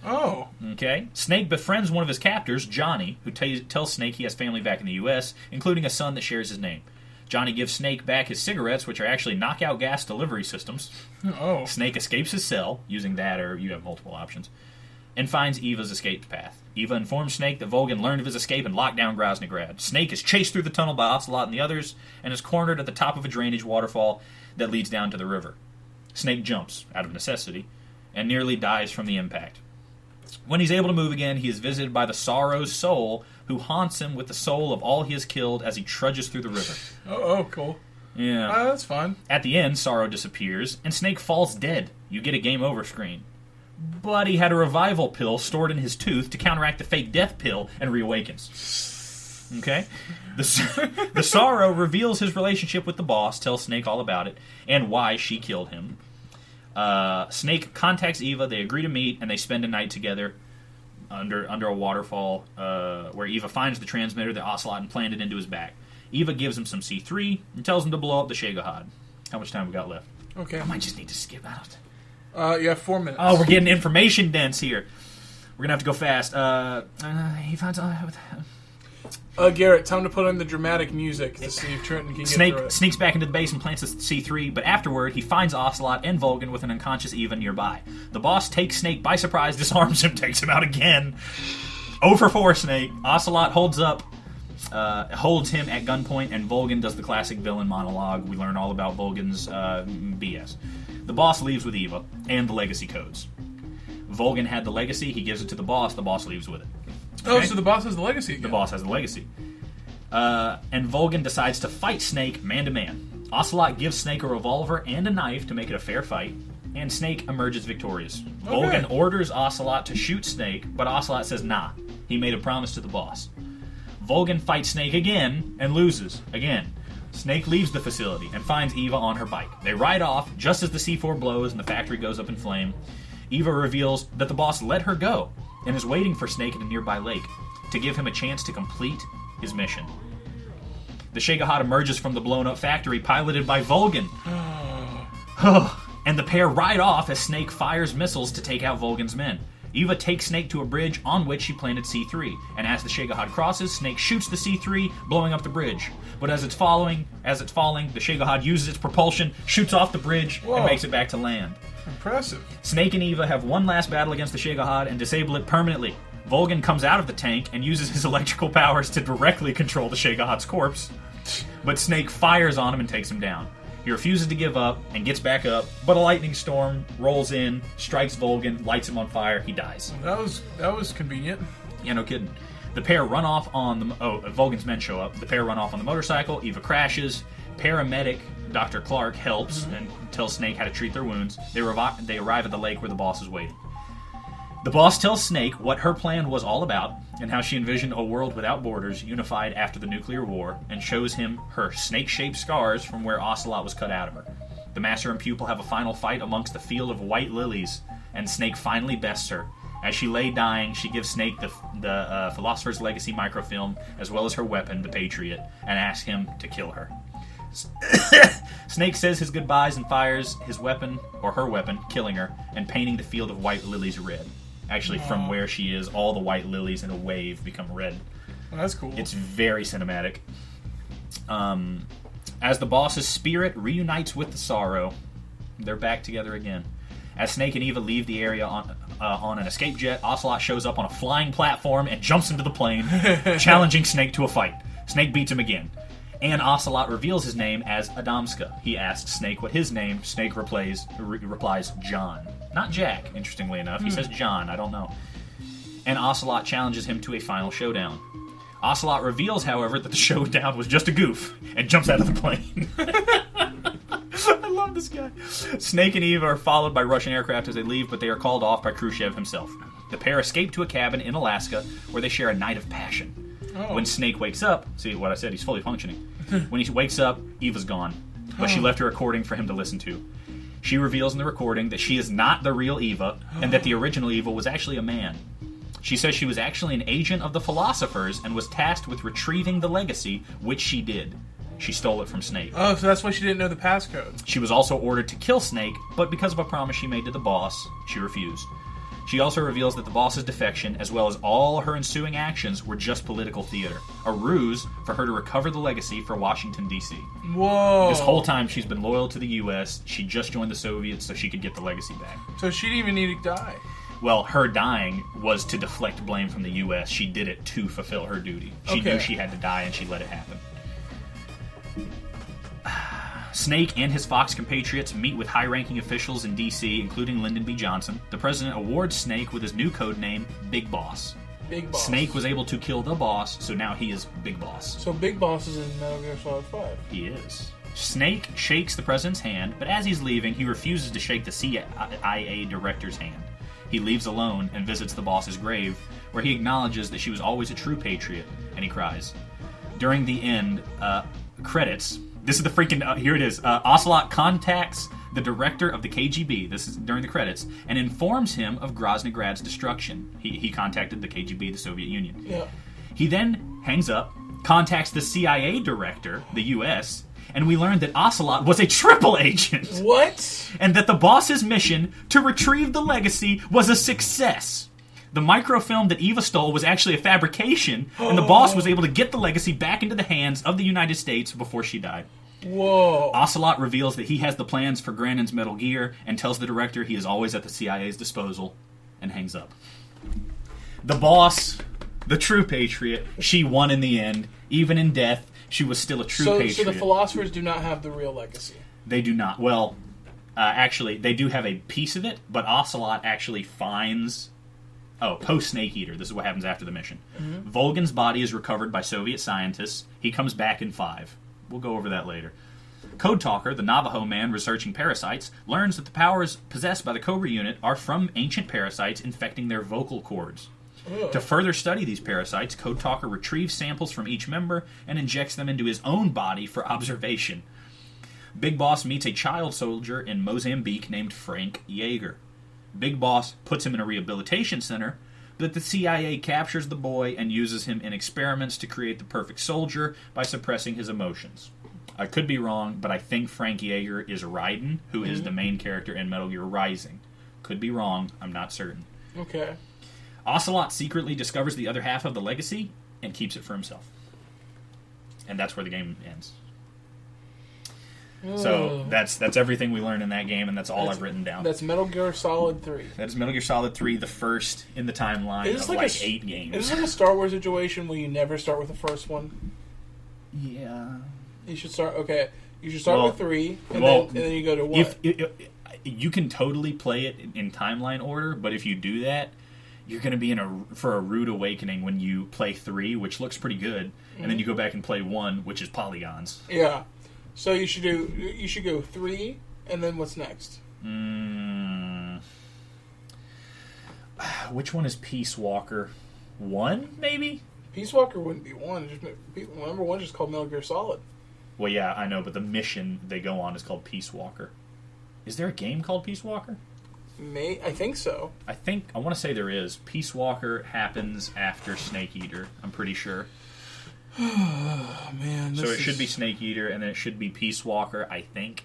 Oh, Okay. Snake befriends one of his captors, Johnny, who t- tells Snake he has family back in the U.S., including a son that shares his name. Johnny gives Snake back his cigarettes, which are actually knockout gas delivery systems. oh, Snake escapes his cell, using that or you have multiple options, and finds Eva's escape path. Eva informs Snake that Volgan learned of his escape and locked down Groznygrad. Snake is chased through the tunnel by Ocelot and the others, and is cornered at the top of a drainage waterfall that leads down to the river. Snake jumps, out of necessity, and nearly dies from the impact. When he's able to move again, he is visited by the Sorrow's soul, who haunts him with the soul of all he has killed as he trudges through the river. oh, oh, cool. Yeah. Ah, that's fun. At the end, Sorrow disappears, and Snake falls dead. You get a game over screen. But he had a revival pill stored in his tooth to counteract the fake death pill and reawakens. Okay? The, s- the Sorrow reveals his relationship with the boss, tells Snake all about it, and why she killed him. Uh, Snake contacts Eva, they agree to meet, and they spend a night together under under a waterfall uh, where Eva finds the transmitter that Ocelot implanted into his back. Eva gives him some C3 and tells him to blow up the Shagahad. How much time we got left? Okay. I might just need to skip out. Uh, you have four minutes. Oh, we're getting information dense here. We're gonna have to go fast. Uh, uh, he finds uh, Uh, Garrett, time to put on the dramatic music to see if Trenton can get through Snake it. sneaks back into the base and plants his C3, but afterward he finds Ocelot and Vulcan with an unconscious Eva nearby. The boss takes Snake by surprise, disarms him, takes him out again. Over four, Snake. Ocelot holds up, uh, holds him at gunpoint, and Vulcan does the classic villain monologue. We learn all about Vulcan's uh, BS. The boss leaves with Eva and the legacy codes. Vulcan had the legacy. He gives it to the boss. The boss leaves with it. Oh, okay. so the boss has the legacy again. The boss has the legacy. Uh, and Vulcan decides to fight Snake man to man. Ocelot gives Snake a revolver and a knife to make it a fair fight, and Snake emerges victorious. Vulcan orders Ocelot to shoot Snake, but Ocelot says nah. He made a promise to the boss. Vulcan fights Snake again and loses again. Snake leaves the facility and finds Eva on her bike. They ride off just as the C4 blows and the factory goes up in flame. Eva reveals that the boss let her go and is waiting for Snake at a nearby lake to give him a chance to complete his mission. The Shagahad emerges from the blown up factory piloted by Vulcan. and the pair ride off as Snake fires missiles to take out Vulcan's men. Eva takes Snake to a bridge on which she planted C3, and as the Shagahad crosses, Snake shoots the C3, blowing up the bridge. But as it's following, as it's falling, the Shagahad uses its propulsion, shoots off the bridge, Whoa. and makes it back to land. Impressive. Snake and Eva have one last battle against the Shagahad and disable it permanently. Vulcan comes out of the tank and uses his electrical powers to directly control the Shagahad's corpse, but Snake fires on him and takes him down. He refuses to give up and gets back up, but a lightning storm rolls in, strikes Vulcan, lights him on fire, he dies. That was that was convenient. Yeah, no kidding. The pair run off on the. Oh, Vulcan's men show up. The pair run off on the motorcycle. Eva crashes. Paramedic Dr. Clark helps and tells Snake how to treat their wounds. They, revi- they arrive at the lake where the boss is waiting. The boss tells Snake what her plan was all about and how she envisioned a world without borders, unified after the nuclear war, and shows him her snake shaped scars from where Ocelot was cut out of her. The master and pupil have a final fight amongst the field of white lilies, and Snake finally bests her. As she lay dying, she gives Snake the, the uh, Philosopher's Legacy microfilm, as well as her weapon, the Patriot, and asks him to kill her. Snake says his goodbyes and fires his weapon, or her weapon, killing her, and painting the field of white lilies red. Actually, from where she is, all the white lilies in a wave become red. Well, that's cool. It's very cinematic. Um, as the boss's spirit reunites with the sorrow, they're back together again. As Snake and Eva leave the area on, uh, on an escape jet, Ocelot shows up on a flying platform and jumps into the plane, challenging Snake to a fight. Snake beats him again. And Ocelot reveals his name as Adamska. He asks Snake what his name. Snake replies, re- replies John. Not Jack, interestingly enough. He says John, I don't know. And Ocelot challenges him to a final showdown. Ocelot reveals, however, that the showdown was just a goof and jumps out of the plane. I love this guy. Snake and Eve are followed by Russian aircraft as they leave, but they are called off by Khrushchev himself. The pair escape to a cabin in Alaska where they share a night of passion. When Snake wakes up, see what I said, he's fully functioning. when he wakes up, Eva's gone, but she left a recording for him to listen to. She reveals in the recording that she is not the real Eva and that the original Eva was actually a man. She says she was actually an agent of the philosophers and was tasked with retrieving the legacy, which she did. She stole it from Snake. Oh, so that's why she didn't know the passcode. She was also ordered to kill Snake, but because of a promise she made to the boss, she refused. She also reveals that the boss's defection, as well as all her ensuing actions, were just political theater, a ruse for her to recover the legacy for Washington, D.C. Whoa. This whole time, she's been loyal to the U.S., she just joined the Soviets so she could get the legacy back. So she didn't even need to die. Well, her dying was to deflect blame from the U.S., she did it to fulfill her duty. She Okay. knew she had to die, and she let it happen. Snake and his Fox compatriots meet with high ranking officials in D.C., including Lyndon B. Johnson. The president awards Snake with his new code name, Big Boss. Big Boss. Snake was able to kill the boss, so now he is Big Boss. So Big Boss is in Metal Gear Solid 5. He is. Snake shakes the president's hand, but as he's leaving, he refuses to shake the CIA director's hand. He leaves alone and visits the boss's grave, where he acknowledges that she was always a true patriot, and he cries. During the end uh, credits, this is the freaking uh, here it is. Uh, Ocelot contacts the director of the KGB. This is during the credits, and informs him of Groznograd's destruction. He, he contacted the KGB, the Soviet Union. Yeah. He then hangs up, contacts the CIA director, the US, and we learn that Ocelot was a triple agent What? and that the boss's mission to retrieve the legacy was a success. The microfilm that Eva stole was actually a fabrication, and the boss was able to get the legacy back into the hands of the United States before she died. Whoa. Ocelot reveals that he has the plans for Grannon's Metal Gear and tells the director he is always at the CIA's disposal and hangs up. The boss, the true patriot, she won in the end. Even in death, she was still a true So, so patriot. the philosophers do not have the real legacy. they do not. Well, uh, actually, they do have a piece of it, but Ocelot actually finds. Oh, post Snake Eater. This is what happens after the mission. Volgan's body is recovered by Soviet scientists. He comes back in five. We'll go over that later. Code Talker, the Navajo man researching parasites, learns that the powers possessed by the Cobra unit are from ancient parasites infecting their vocal cords. To further study these parasites, Code Talker retrieves samples from each member and injects them into his own body for observation. Big Boss meets a child soldier in Mozambique named Frank Yeager. Big Boss puts him in a rehabilitation center, but the CIA captures the boy and uses him in experiments to create the perfect soldier by suppressing his emotions. I could be wrong, but I think Frank Yeager is Raiden, who is the main character in Metal Gear Rising. Could be wrong, I'm not certain. Okay. Ocelot secretly discovers the other half of the legacy and keeps it for himself. And that's where the game ends. So that's that's everything we learned in that game, and that's all I've written down. That's Metal Gear Solid 3. That is Metal Gear Solid Three, the first in the timeline Is this of like like, a s- eight Is games. this like a Star Wars situation where you never start with the first one? Yeah. You should start, okay. You should start Well- with 3, and, then, well, and then you go to 1. If, if, if you can totally play it in- in timeline order, but if you do that, you're going to be in a for a rude awakening when you play three, which looks pretty good, Mm-hmm. and then you go back and play one, which is polygons. yeah. So you should do, you should go 3, and then what's next? Mm. Which one is Peace Walker? One maybe. Peace Walker wouldn't be 1. Just, be- number 1 just called Metal Gear Solid. Well, yeah, I know, but the mission they go on is called Peace Walker. Is there a game called Peace Walker? May, I think so. I think I want to say there is. Peace Walker happens after Snake Eater. I'm pretty sure. Oh, man. so it should be Snake Eater, and then it should be Peace Walker. I think.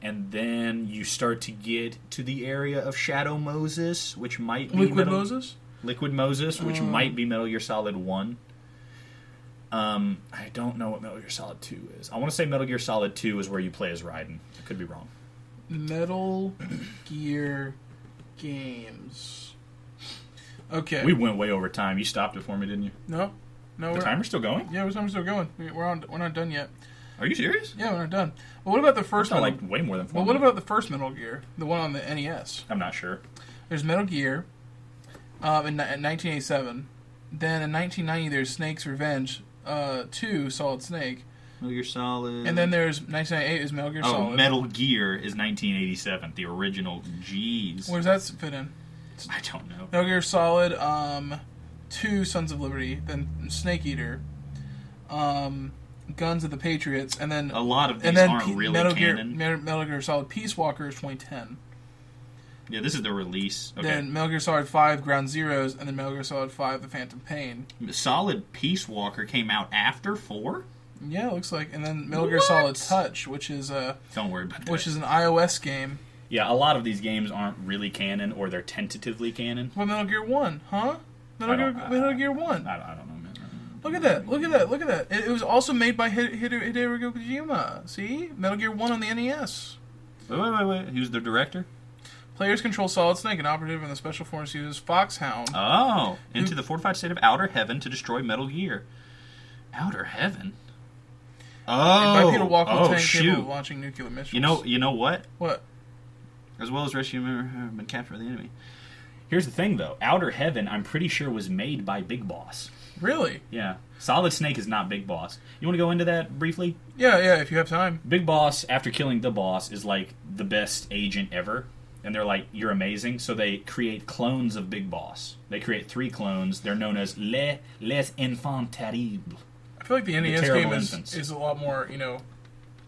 And then you start to get to the area of Shadow Moses, which might be Liquid Metal- Moses? Liquid Moses, which Mm. might be Metal Gear Solid One. Um, I don't know what Metal Gear Solid Two is. I want to say Metal Gear Solid Two is where you play as Raiden. I could be wrong. Metal Gear games. Okay. We went way over time. You stopped it for me, didn't you? no, no. The we're, timer's still going. Yeah, we're, we're still going. We- We're on. We're not done yet. Are you serious? Yeah, we're not done. Well, what about the first It's not Metal? like way more than four. well, what minutes. about the first Metal Gear? The one on the NES. I'm not sure. There's Metal Gear. Um, in, ni- in 1987. Then in 1990, there's Snake's Revenge. Uh, two Solid Snake. Metal Gear Solid. And then there's 1998 is Metal Gear Mm-hmm. oh, Solid. Metal Gear is 1987, the original. Jeez, Where does that fit in? I don't know. Metal Gear Solid, um, two Sons of Liberty, then Snake Eater, um, Guns of the Patriots, and then A lot of Oh, these and then aren't P- really Metal Gear canon. Mer- Metal Gear Solid Peace Walker is 2010. yeah, this is the release. Okay. Then Metal Gear Solid 5 Ground Zeroes, and then Metal Gear Solid 5 The Phantom Pain. Solid Peace Walker came out after four. Yeah, it looks like. And then Metal Gear Solid Touch, which is a Don't worry about that. which is an iOS game. yeah, a lot of these games aren't really canon or they're tentatively canon. What Metal Gear One, huh? Metal I Gear, don't- I- Metal Gear One. I, I don't know, man. Look at that! Look at that! Look at that! It, it was also made by Hide- Hide- Hideo Kojima. See, Metal Gear One on the E NES. Wait, wait, wait, wait. Who's the director? Players control Solid Snake, an operative in the Special Forces uses Foxhound. Oh, into the fortified state of Outer Heaven to destroy Metal Gear. Outer Heaven. Oh, by Peter Walker, oh tank capable shoot! of launching nuclear missiles. You know, you know what? what? As well as uh, rescue and capture the enemy. Here's the thing, though. Outer Heaven, I'm pretty sure, was made by Big Boss. Really? Yeah, Solid Snake is not Big Boss. You want to go into that briefly? Yeah, yeah. If you have time. Big Boss, after killing the boss, is like the best agent ever. And they're like, you're amazing. So they create clones of Big Boss. They create three clones. They're known as Les, les Enfants Terribles. I feel like the NES terrible game is, infants. is a lot more, you know,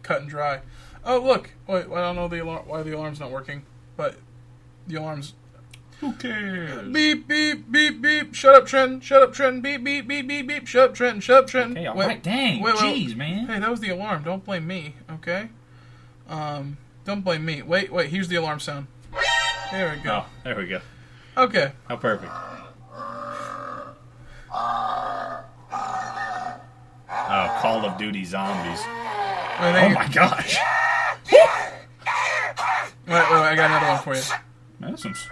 cut and dry. Oh, look. Wait, I don't know the alar- why the alarm's not working, but the alarm's. Who cares? Beep, beep, beep, beep. Shut up, Trenton. Shut up, Trenton. Beep, beep, beep, beep, beep. Shut up, Trenton. Shut up, Trenton. Hey, all Wait- right, dang. wait, wait. Jeez, man. Hey, that was the alarm. Don't blame me, okay? Um, don't blame me. Wait, wait. Here's the alarm sound. There we go. Oh, there we go. Okay. How perfect. Oh, Call of Duty zombies. Wait, Oh hang- my gosh. Wait, wait, wait, I got another one for you. Medicines.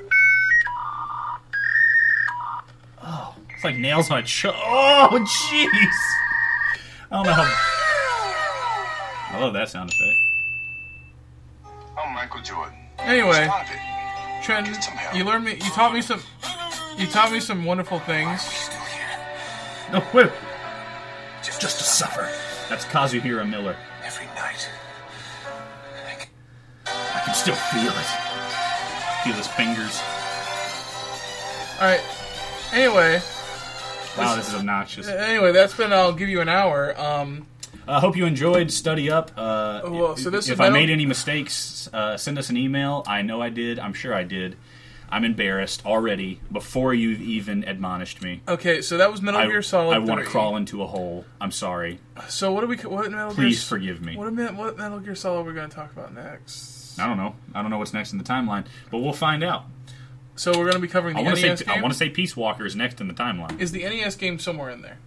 Oh, it's like nails on a chalk. Oh, jeez. I don't know how. I love that sound effect. I'm Michael Jordan. Anyway, Stop it. Trenton, you learned me. You taught me some. You taught me some wonderful things. Still here. No, wait. Just, to suffer. That's Kazuhira Miller. Every night. I can- I can still feel it. Feel his fingers. All right. Anyway, Wow, this is obnoxious. anyway, that's been. I'll give you an hour. Um, I hope you enjoyed. Study up. Uh, Oh, well, so this if is I metal- made any mistakes, uh, send us an email. I know I did. I'm sure I did. I'm embarrassed already before you've even admonished me. okay, so that was Metal I, Gear Solid. I want to 3. crawl into a hole. I'm sorry. So what do we? What Metal Please Gear? forgive me. What, Metal- what Metal Gear Solid we're going to talk about next? I don't know. I don't know what's next in the timeline, but we'll find out. So we're going to be covering the I want to say NES I game. want to say Peace Walker is next in the timeline, Is the NES game somewhere in there?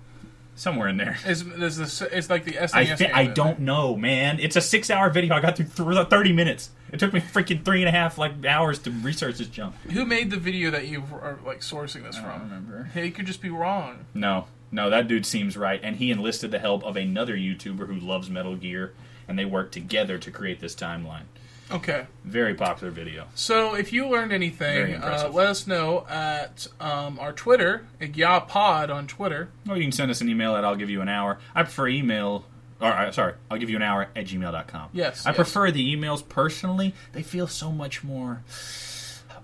somewhere in there. Is is this? It's like the E SNES I game. thi- I isn't it? don't know, man. It's a six-hour video. I got through th- thirty minutes. It took me freaking three and a half like hours to research this jump. Who made the video that you are like sourcing this from? remember. Hey, it could just be wrong. No, no, that dude seems right, and he enlisted the help of another YouTuber who loves Metal Gear, and they worked together to create this timeline. Okay. Very popular video. So, if you learned Very anything, uh, impressive. let us know at um, our Twitter, at YaPod on Twitter. Or you can send us an email at I'll give you an hour. I prefer email. Or, uh, sorry, I'll give you an hour at gmail.com. Yes, I yes. prefer the emails personally. They feel so much more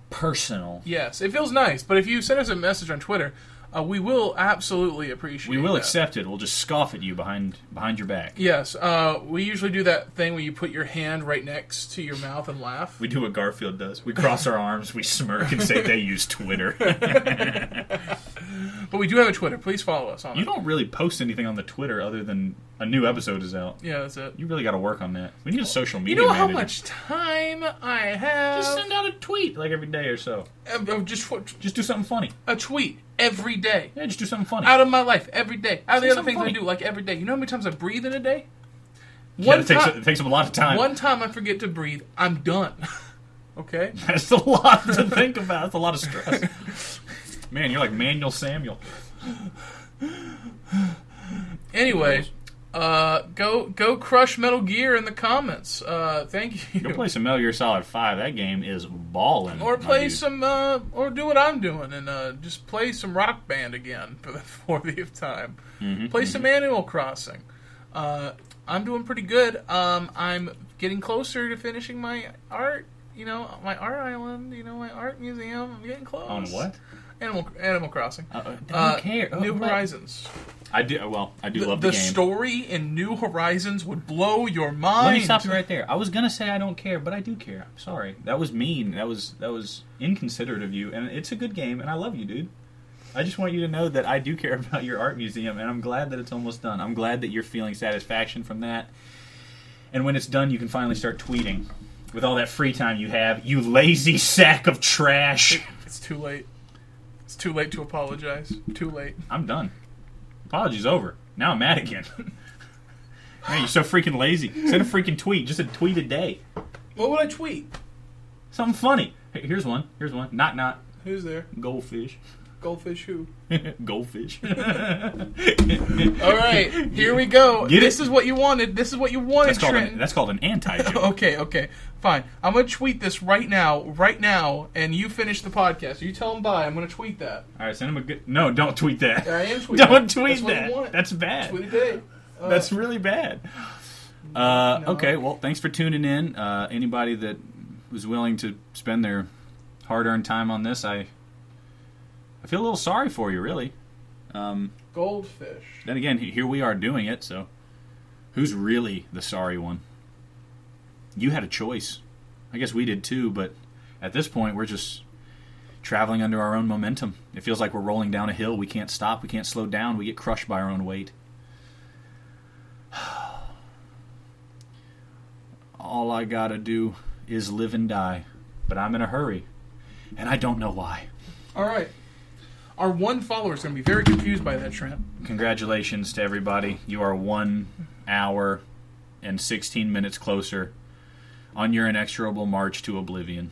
personal. Yes, it feels nice, but if you send us a message on Twitter, uh, we will absolutely appreciate We will that. accept it. We'll just scoff at you behind behind your back. Yes, uh, we usually do that thing where you put your hand right next to your mouth and laugh. We do what Garfield does. We cross our arms, we smirk, and say they use Twitter. But we do have a Twitter. Please follow us on you it. don't really post anything on the Twitter other than a new episode is out. Yeah, that's it. You really got to work on that. We need a social You media. know how manager. much time I have? Just send out a tweet like every day or so. Uh, uh, just for- Just do something funny. a tweet every day. Yeah, just do something funny. Out of my life every day. Out of the Say other something things I funny. do, like every day. You know how many times I breathe in a day? yeah, One it, takes, time. it takes up a lot of time. One time I forget to breathe, I'm done. okay? That's a lot to think about. That's a lot of stress. Man, you're like Manuel Samuel. Anyway, uh, go go crush Metal Gear in the comments. Uh, thank you. Go play some Metal Gear Solid Five. That game is ballin'. or my play dude. some, uh, or do what I'm doing and uh, just play some Rock Band again for the 40th time. Mm-hmm, play some Animal Crossing. Uh, I'm doing pretty good. Um, I'm getting closer to finishing my art. You know, my art island. You know, my art museum. I'm getting close. on what? Animal Animal Crossing. Uh, don't Uh, care. Oh, New what? Horizons. I do. Well, I do The, love the the, game. story in New Horizons would blow your Let mind. me stop you right there. I was gonna say I don't care, but I do care. I'm sorry. That was mean. That was that was inconsiderate of you. And it's a good game, and I love you, dude. I just want you to know that I do care about your art museum, and I'm glad that it's almost done. I'm glad that you're feeling satisfaction from that. And when it's done, you can finally start tweeting with all that free time you have. You lazy sack of trash. It's too late. It's too late to apologize. Too late. I'm done. Apologies over. Now I'm mad again. Man, you're so freaking lazy. Send a freaking tweet. Just a tweet a day. What would I tweet? Something funny. Hey, Here's one. Here's one. Knock knock. Who's there? Goldfish. Goldfish who? Goldfish. All right, here we go. Get this it? is what you wanted. This is what you wanted, That's called an, Trenton. that's called an anti joke. okay, okay, fine. I'm gonna tweet this right now, right now, and you finish the podcast. You tell them bye. I'm gonna tweet that. All right, send him a good. No, don't tweet that. I am tweeting. Don't That's tweet what you that. want. That's bad. Tweet a day. Uh, That's really bad. Uh, No. Okay, well, thanks for tuning in. Uh, anybody that was willing to spend their hard-earned time on this, I I feel a little sorry for you, really. Um, goldfish. then again, he- here we are doing it, so who's really the sorry one? You had a choice. I guess we did too, but at this point, we're just traveling under our own momentum. It feels like we're rolling down a hill. We can't stop. We can't slow down. We get crushed by our own weight. All I gotta do is live and die, but I'm in a hurry, and I don't know why. All right. Our one follower is gonna be very confused by that, Trent. congratulations to everybody. You are one hour and 16 minutes closer on your inexorable march to oblivion.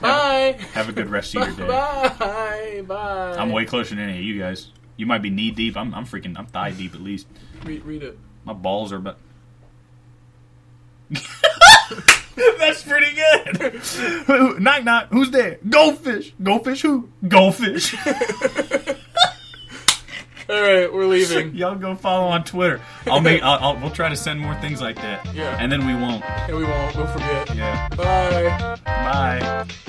Bye. Have a good rest of your day. Bye. Bye. I'm way closer than any of you guys. You might be knee deep. I'm, I'm freaking, I'm thigh deep at least. Read, read it. My balls are but. That's pretty good. knock knock. Who's there? Goldfish. Goldfish who? Goldfish. All right, we're leaving, Y'all go follow on Twitter. I'll make. I'll, I'll, we'll try to send more things like that. Yeah. And then we won't. and we won't. We'll forget. Yeah. Bye. Bye.